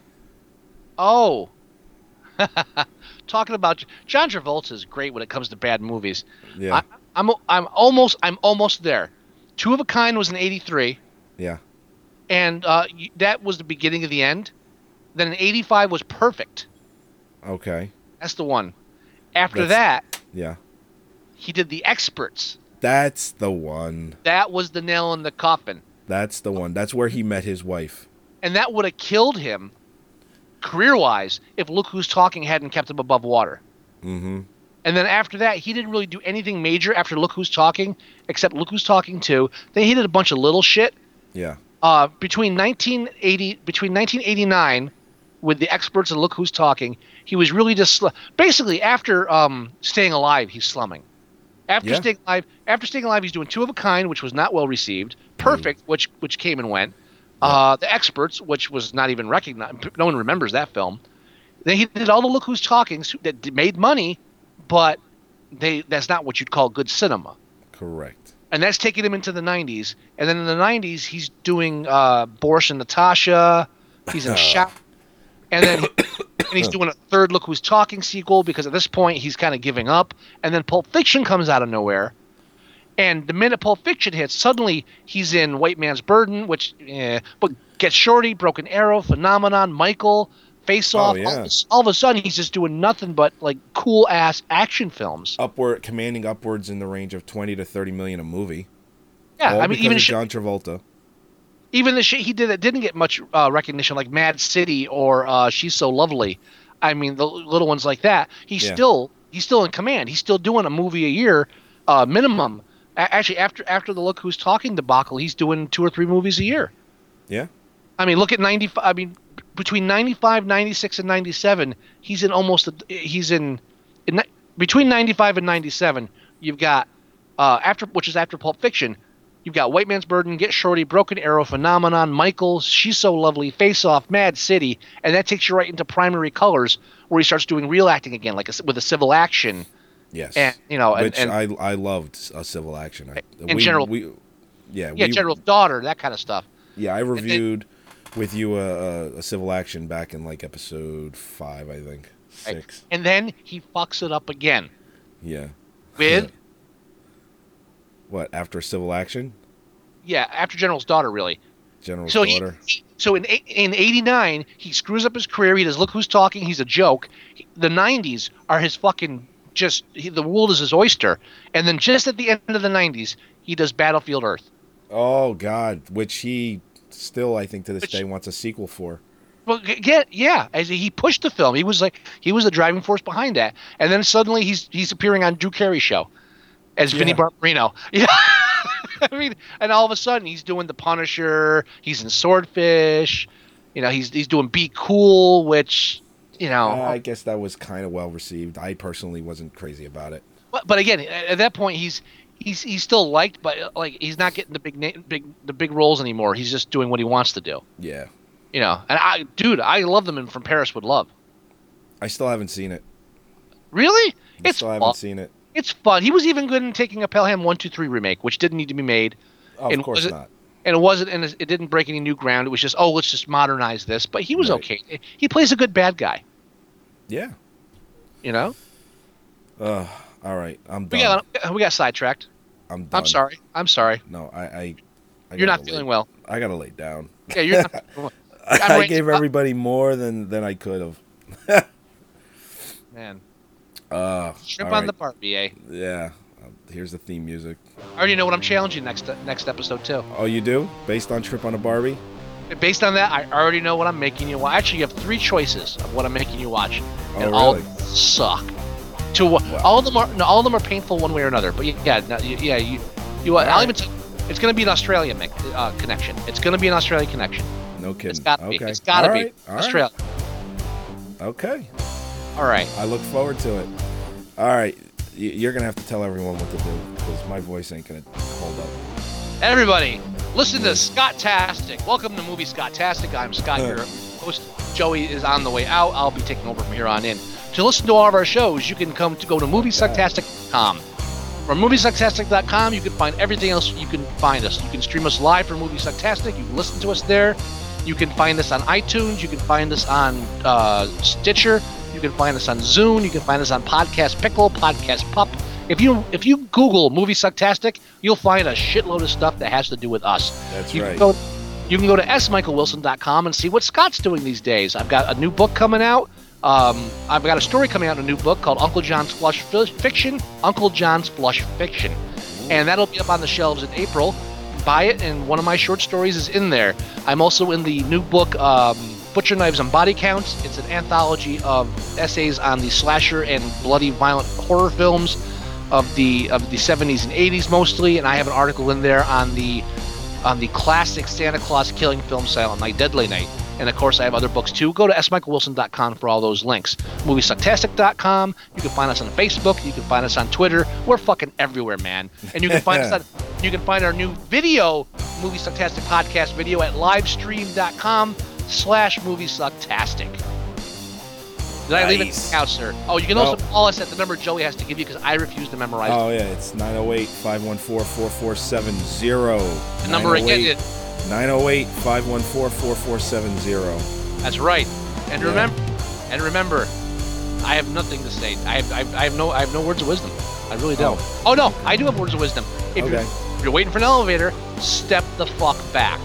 Speaker 3: Oh. *laughs* Talking about John Travolta is great when it comes to bad movies.
Speaker 5: Yeah.
Speaker 3: I, I'm I'm almost I'm almost there. Two of a Kind was in '83,
Speaker 5: Yeah.
Speaker 3: and uh, y- that was the beginning of the end. Then in '85 was Perfect.
Speaker 5: Okay.
Speaker 3: That's the one. After
Speaker 5: That's-
Speaker 3: that,
Speaker 5: Yeah.
Speaker 3: he did The Experts.
Speaker 5: That's the one.
Speaker 3: That was the nail in the coffin.
Speaker 5: That's the one. That's where he met his wife.
Speaker 3: And that would have killed him career wise if Look Who's Talking hadn't kept him above water.
Speaker 5: Mm-hmm.
Speaker 3: And then after that, he didn't really do anything major after Look Who's Talking, except Look Who's Talking 2. Then he did a bunch of little shit.
Speaker 5: Yeah.
Speaker 3: Uh, between 1980, between 1989, with the experts and Look Who's Talking, he was really just sl- basically after um, Staying Alive, he's slumming. After
Speaker 5: Yeah.
Speaker 3: Staying Alive, after Staying Alive, he's doing Two of a Kind, which was not well received. Perfect, which which came and went. Uh, the experts, which was not even recognized. No one remembers that film. Then he did all the Look Who's Talking that d- made money, but they that's not what you'd call good cinema
Speaker 5: Correct.
Speaker 3: and that's taking him into the 90s. And then in the 90s, he's doing uh, Boris and Natasha. He's
Speaker 5: *laughs*
Speaker 3: in Shop. And then *coughs* and he's doing a third Look Who's Talking sequel because at this point he's kind of giving up. And then Pulp Fiction comes out of nowhere. And the minute Pulp Fiction hits, suddenly he's in White Man's Burden, which, eh, but Get Shorty, Broken Arrow, Phenomenon, Michael, Face Off.
Speaker 5: Oh,
Speaker 3: all,
Speaker 5: yeah.
Speaker 3: of a s- all of a sudden he's just doing nothing but like cool ass action films.
Speaker 5: Upward, commanding upwards in the range of twenty to thirty million a movie.
Speaker 3: Yeah,
Speaker 5: All
Speaker 3: I mean,
Speaker 5: because
Speaker 3: even
Speaker 5: of
Speaker 3: sh-
Speaker 5: John Travolta.
Speaker 3: even the shit he did that didn't get much uh, recognition, like Mad City or uh, She's So Lovely. I mean, the little ones like that. He's
Speaker 5: Yeah.
Speaker 3: still he's still in command. He's still doing a movie a year uh, minimum. A- actually, after after the Look Who's Talking debacle, he's doing two or three movies a year.
Speaker 5: Yeah.
Speaker 3: I mean, look at 95. I mean, between 95, 96, and 97, he's in almost, a, he's in, in, ni- between 95 and 97, you've got, uh, after, which is after Pulp Fiction, you've got White Man's Burden, Get Shorty, Broken Arrow, Phenomenon, Michael, She's So Lovely, Face Off, Mad City, and that takes you right into Primary Colors, where he starts doing real acting again, like a c with a civil action.
Speaker 5: Yes.
Speaker 3: And, you know, and-
Speaker 5: which
Speaker 3: and-
Speaker 5: I I loved uh, Civil Action. I,
Speaker 3: In general-
Speaker 5: we, yeah,
Speaker 3: Yeah,
Speaker 5: we,
Speaker 3: General's Daughter, that kind of stuff.
Speaker 5: Yeah, I reviewed with you a, a, a Civil Action back in like episode five, I think
Speaker 3: Right.
Speaker 5: six.
Speaker 3: And then he fucks it up again
Speaker 5: Yeah.
Speaker 3: with,
Speaker 5: What after Civil Action?
Speaker 3: yeah, after General's Daughter, really.
Speaker 5: General's
Speaker 3: So he-
Speaker 5: daughter.
Speaker 3: he, so in eight- in '89, he screws up his career. He does look who's talking. He's a joke. He- The '90s are his fucking just he, the world is his oyster. And then just at the end of the '90s, he does Battlefield Earth,
Speaker 5: Oh God, which he still, I think, to this
Speaker 3: Which-
Speaker 5: day wants a sequel for.
Speaker 3: Well, g- get yeah, as he pushed the film, he was like he was the driving force behind that. And then suddenly he's he's appearing on Drew Carey show as Vinnie
Speaker 5: Yeah.
Speaker 3: Barbarino. *laughs* Yeah. I mean, and all of a sudden he's doing The Punisher, he's in Swordfish, you know, he's he's doing Be Cool, which you know,
Speaker 5: Uh, I guess that was kind of well received. I personally wasn't crazy about it.
Speaker 3: but, but again, at at that point he's he's he's still liked, but uh, like he's not getting the big na- big the big roles anymore. He's just doing what he wants to do,
Speaker 5: Yeah,
Speaker 3: you know. And I, dude, I love them in From Paris with Love.
Speaker 5: I still haven't seen it.
Speaker 3: Really,
Speaker 5: I
Speaker 3: it's
Speaker 5: still
Speaker 3: fu-
Speaker 5: haven't seen it.
Speaker 3: It's fun. He was even good in taking a Pelham One Two Three remake, which didn't need to be made.
Speaker 5: Of
Speaker 3: And
Speaker 5: course
Speaker 3: was it-
Speaker 5: not.
Speaker 3: And it wasn't, and it didn't break any new ground. It was just, oh, let's just modernize this. But he was
Speaker 5: Right.
Speaker 3: okay. He plays a good bad guy,
Speaker 5: Yeah.
Speaker 3: you know.
Speaker 5: All right. I'm
Speaker 3: We
Speaker 5: done.
Speaker 3: got we got sidetracked.
Speaker 5: I'm done.
Speaker 3: I'm sorry. I'm sorry.
Speaker 5: No, I. I, I
Speaker 3: You're
Speaker 5: gotta
Speaker 3: not
Speaker 5: lay-
Speaker 3: feeling well.
Speaker 5: I gotta lay down.
Speaker 3: Yeah, you're
Speaker 5: *laughs*
Speaker 3: not. feeling well. I'm
Speaker 5: I
Speaker 3: right-
Speaker 5: gave everybody more than than I could have.
Speaker 3: Oh, man.
Speaker 5: Uh,
Speaker 3: Shrimp
Speaker 5: all
Speaker 3: on the
Speaker 5: right.
Speaker 3: Barbie. Eh?
Speaker 5: Yeah. Um, Here's the theme music.
Speaker 3: I already know what I'm challenging next next episode too.
Speaker 5: Oh, you do? Based on Trip on a Barbie?
Speaker 3: Based on that, I already know what I'm making you watch. Actually, you have three choices of what I'm making you watch, and
Speaker 5: Oh,
Speaker 3: all
Speaker 5: really?
Speaker 3: suck. To wha- all of them are no, all of them are painful one way or another. But yeah, no, you- yeah, you, you. Uh, I'll even t- it's going to be an Australian mix, uh, connection. It's going to be an Australian connection.
Speaker 5: No kidding.
Speaker 3: It's got to
Speaker 5: okay.
Speaker 3: be. It's got to
Speaker 5: All
Speaker 3: be
Speaker 5: right, all right.
Speaker 3: Australia.
Speaker 5: Okay.
Speaker 3: All right.
Speaker 5: I look forward to it. All right. Y- You're going to have to tell everyone what to do because my voice ain't going to hold up.
Speaker 3: Everybody, listen to Scott Tastic. Welcome to Movie Scott Tastic. I'm Scott, your host. Joey is on the way out. I'll be taking over from here on in. To listen to all of our shows, you can come to
Speaker 5: Oh
Speaker 3: go to moviesucktastic.com. From moviesucktastic.com, you can find everything else you can find us. You can stream us live from Movie Sucktastic. You can listen to us there. You can find us on iTunes. You can find us on uh, Stitcher. You can find us on Zune. You can find us on Podcast Pickle, Podcast Pup. If you if you Google Movie Sucktastic, you'll find a shitload of stuff that has to do with us.
Speaker 5: That's
Speaker 3: you
Speaker 5: right.
Speaker 3: Can go, you can go to smichaelwilson.com and see what Scott's doing these days. I've got a new book coming out. Um, I've got a story coming out in a new book called Uncle John's Flush Fi- Fiction. Uncle John's Flush Fiction, and that'll be up on the shelves in April. Buy it, and one of my short stories is in there. I'm also in the new book um, Butcher Knives and Body Counts. It's an anthology of essays on the slasher and bloody, violent horror films of the of the 70s and 80s mostly, and I have an article in there on the on the classic Santa Claus killing film Silent Night, Deadly Night. And of course, I have other books too. Go to smichaelwilson.com for all those links. Moviesucktastic.com. You can find us on Facebook. You can find us on Twitter. We're fucking everywhere, man. And you can find us on, you can find our new video, Movie Sucktastic podcast video at livestream.com slash moviesucktastic. Did I leave it out, sir? Oh, you can also
Speaker 5: No.
Speaker 3: call us at the number Joey has to give you because I refuse to memorize.
Speaker 11: Oh, yeah, it's 908 514 4470.
Speaker 3: The number again is-
Speaker 11: 908 514 4470.
Speaker 3: That's right. And remember, and remember, I have nothing to say. I have, I have, I have no I have no words of wisdom. I really don't. Oh, no, I do have words of wisdom. If you're,
Speaker 11: Okay.
Speaker 3: if you're waiting for an elevator, step the fuck back.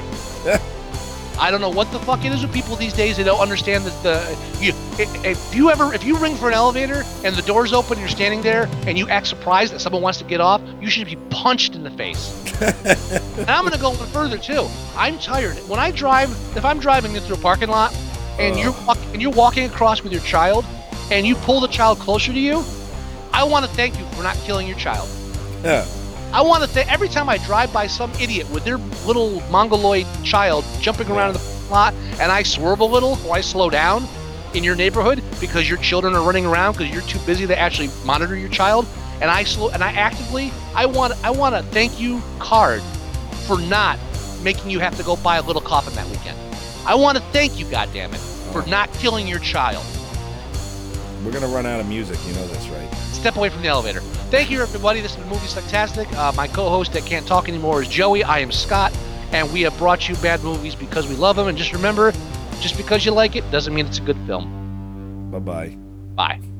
Speaker 3: I don't know what the fuck it is with people these days. They don't understand that the you if if you ever if you ring for an elevator and the door's open, and you're standing there and you act surprised that someone wants to get off. You should be punched in the face. and I'm gonna go one further too. I'm tired. When I drive, if I'm driving into a parking lot and you're walk, and you're walking across with your child, and you pull the child closer to you, I want to thank you for not killing your child.
Speaker 5: Yeah.
Speaker 3: I want to say every time I drive by some idiot with their little mongoloid child jumping around in the parking lot, and I swerve a little or I slow down in your neighborhood because your children are running around because you're too busy to actually monitor your child, and I slow and I actively I want I want a thank you card for not making you have to go buy a little coffin that weekend. I want to thank you, goddammit, for not killing your child.
Speaker 11: We're going to run out of music. You know this, right?
Speaker 3: Step away from the elevator. Thank you, everybody. This is Movie Sucktastic. Uh, my co-host that can't talk anymore is Joey. I am Scott, and we have brought you bad movies because we love them. And just remember, just because you like it doesn't mean it's a good film.
Speaker 11: Bye bye.
Speaker 3: Bye.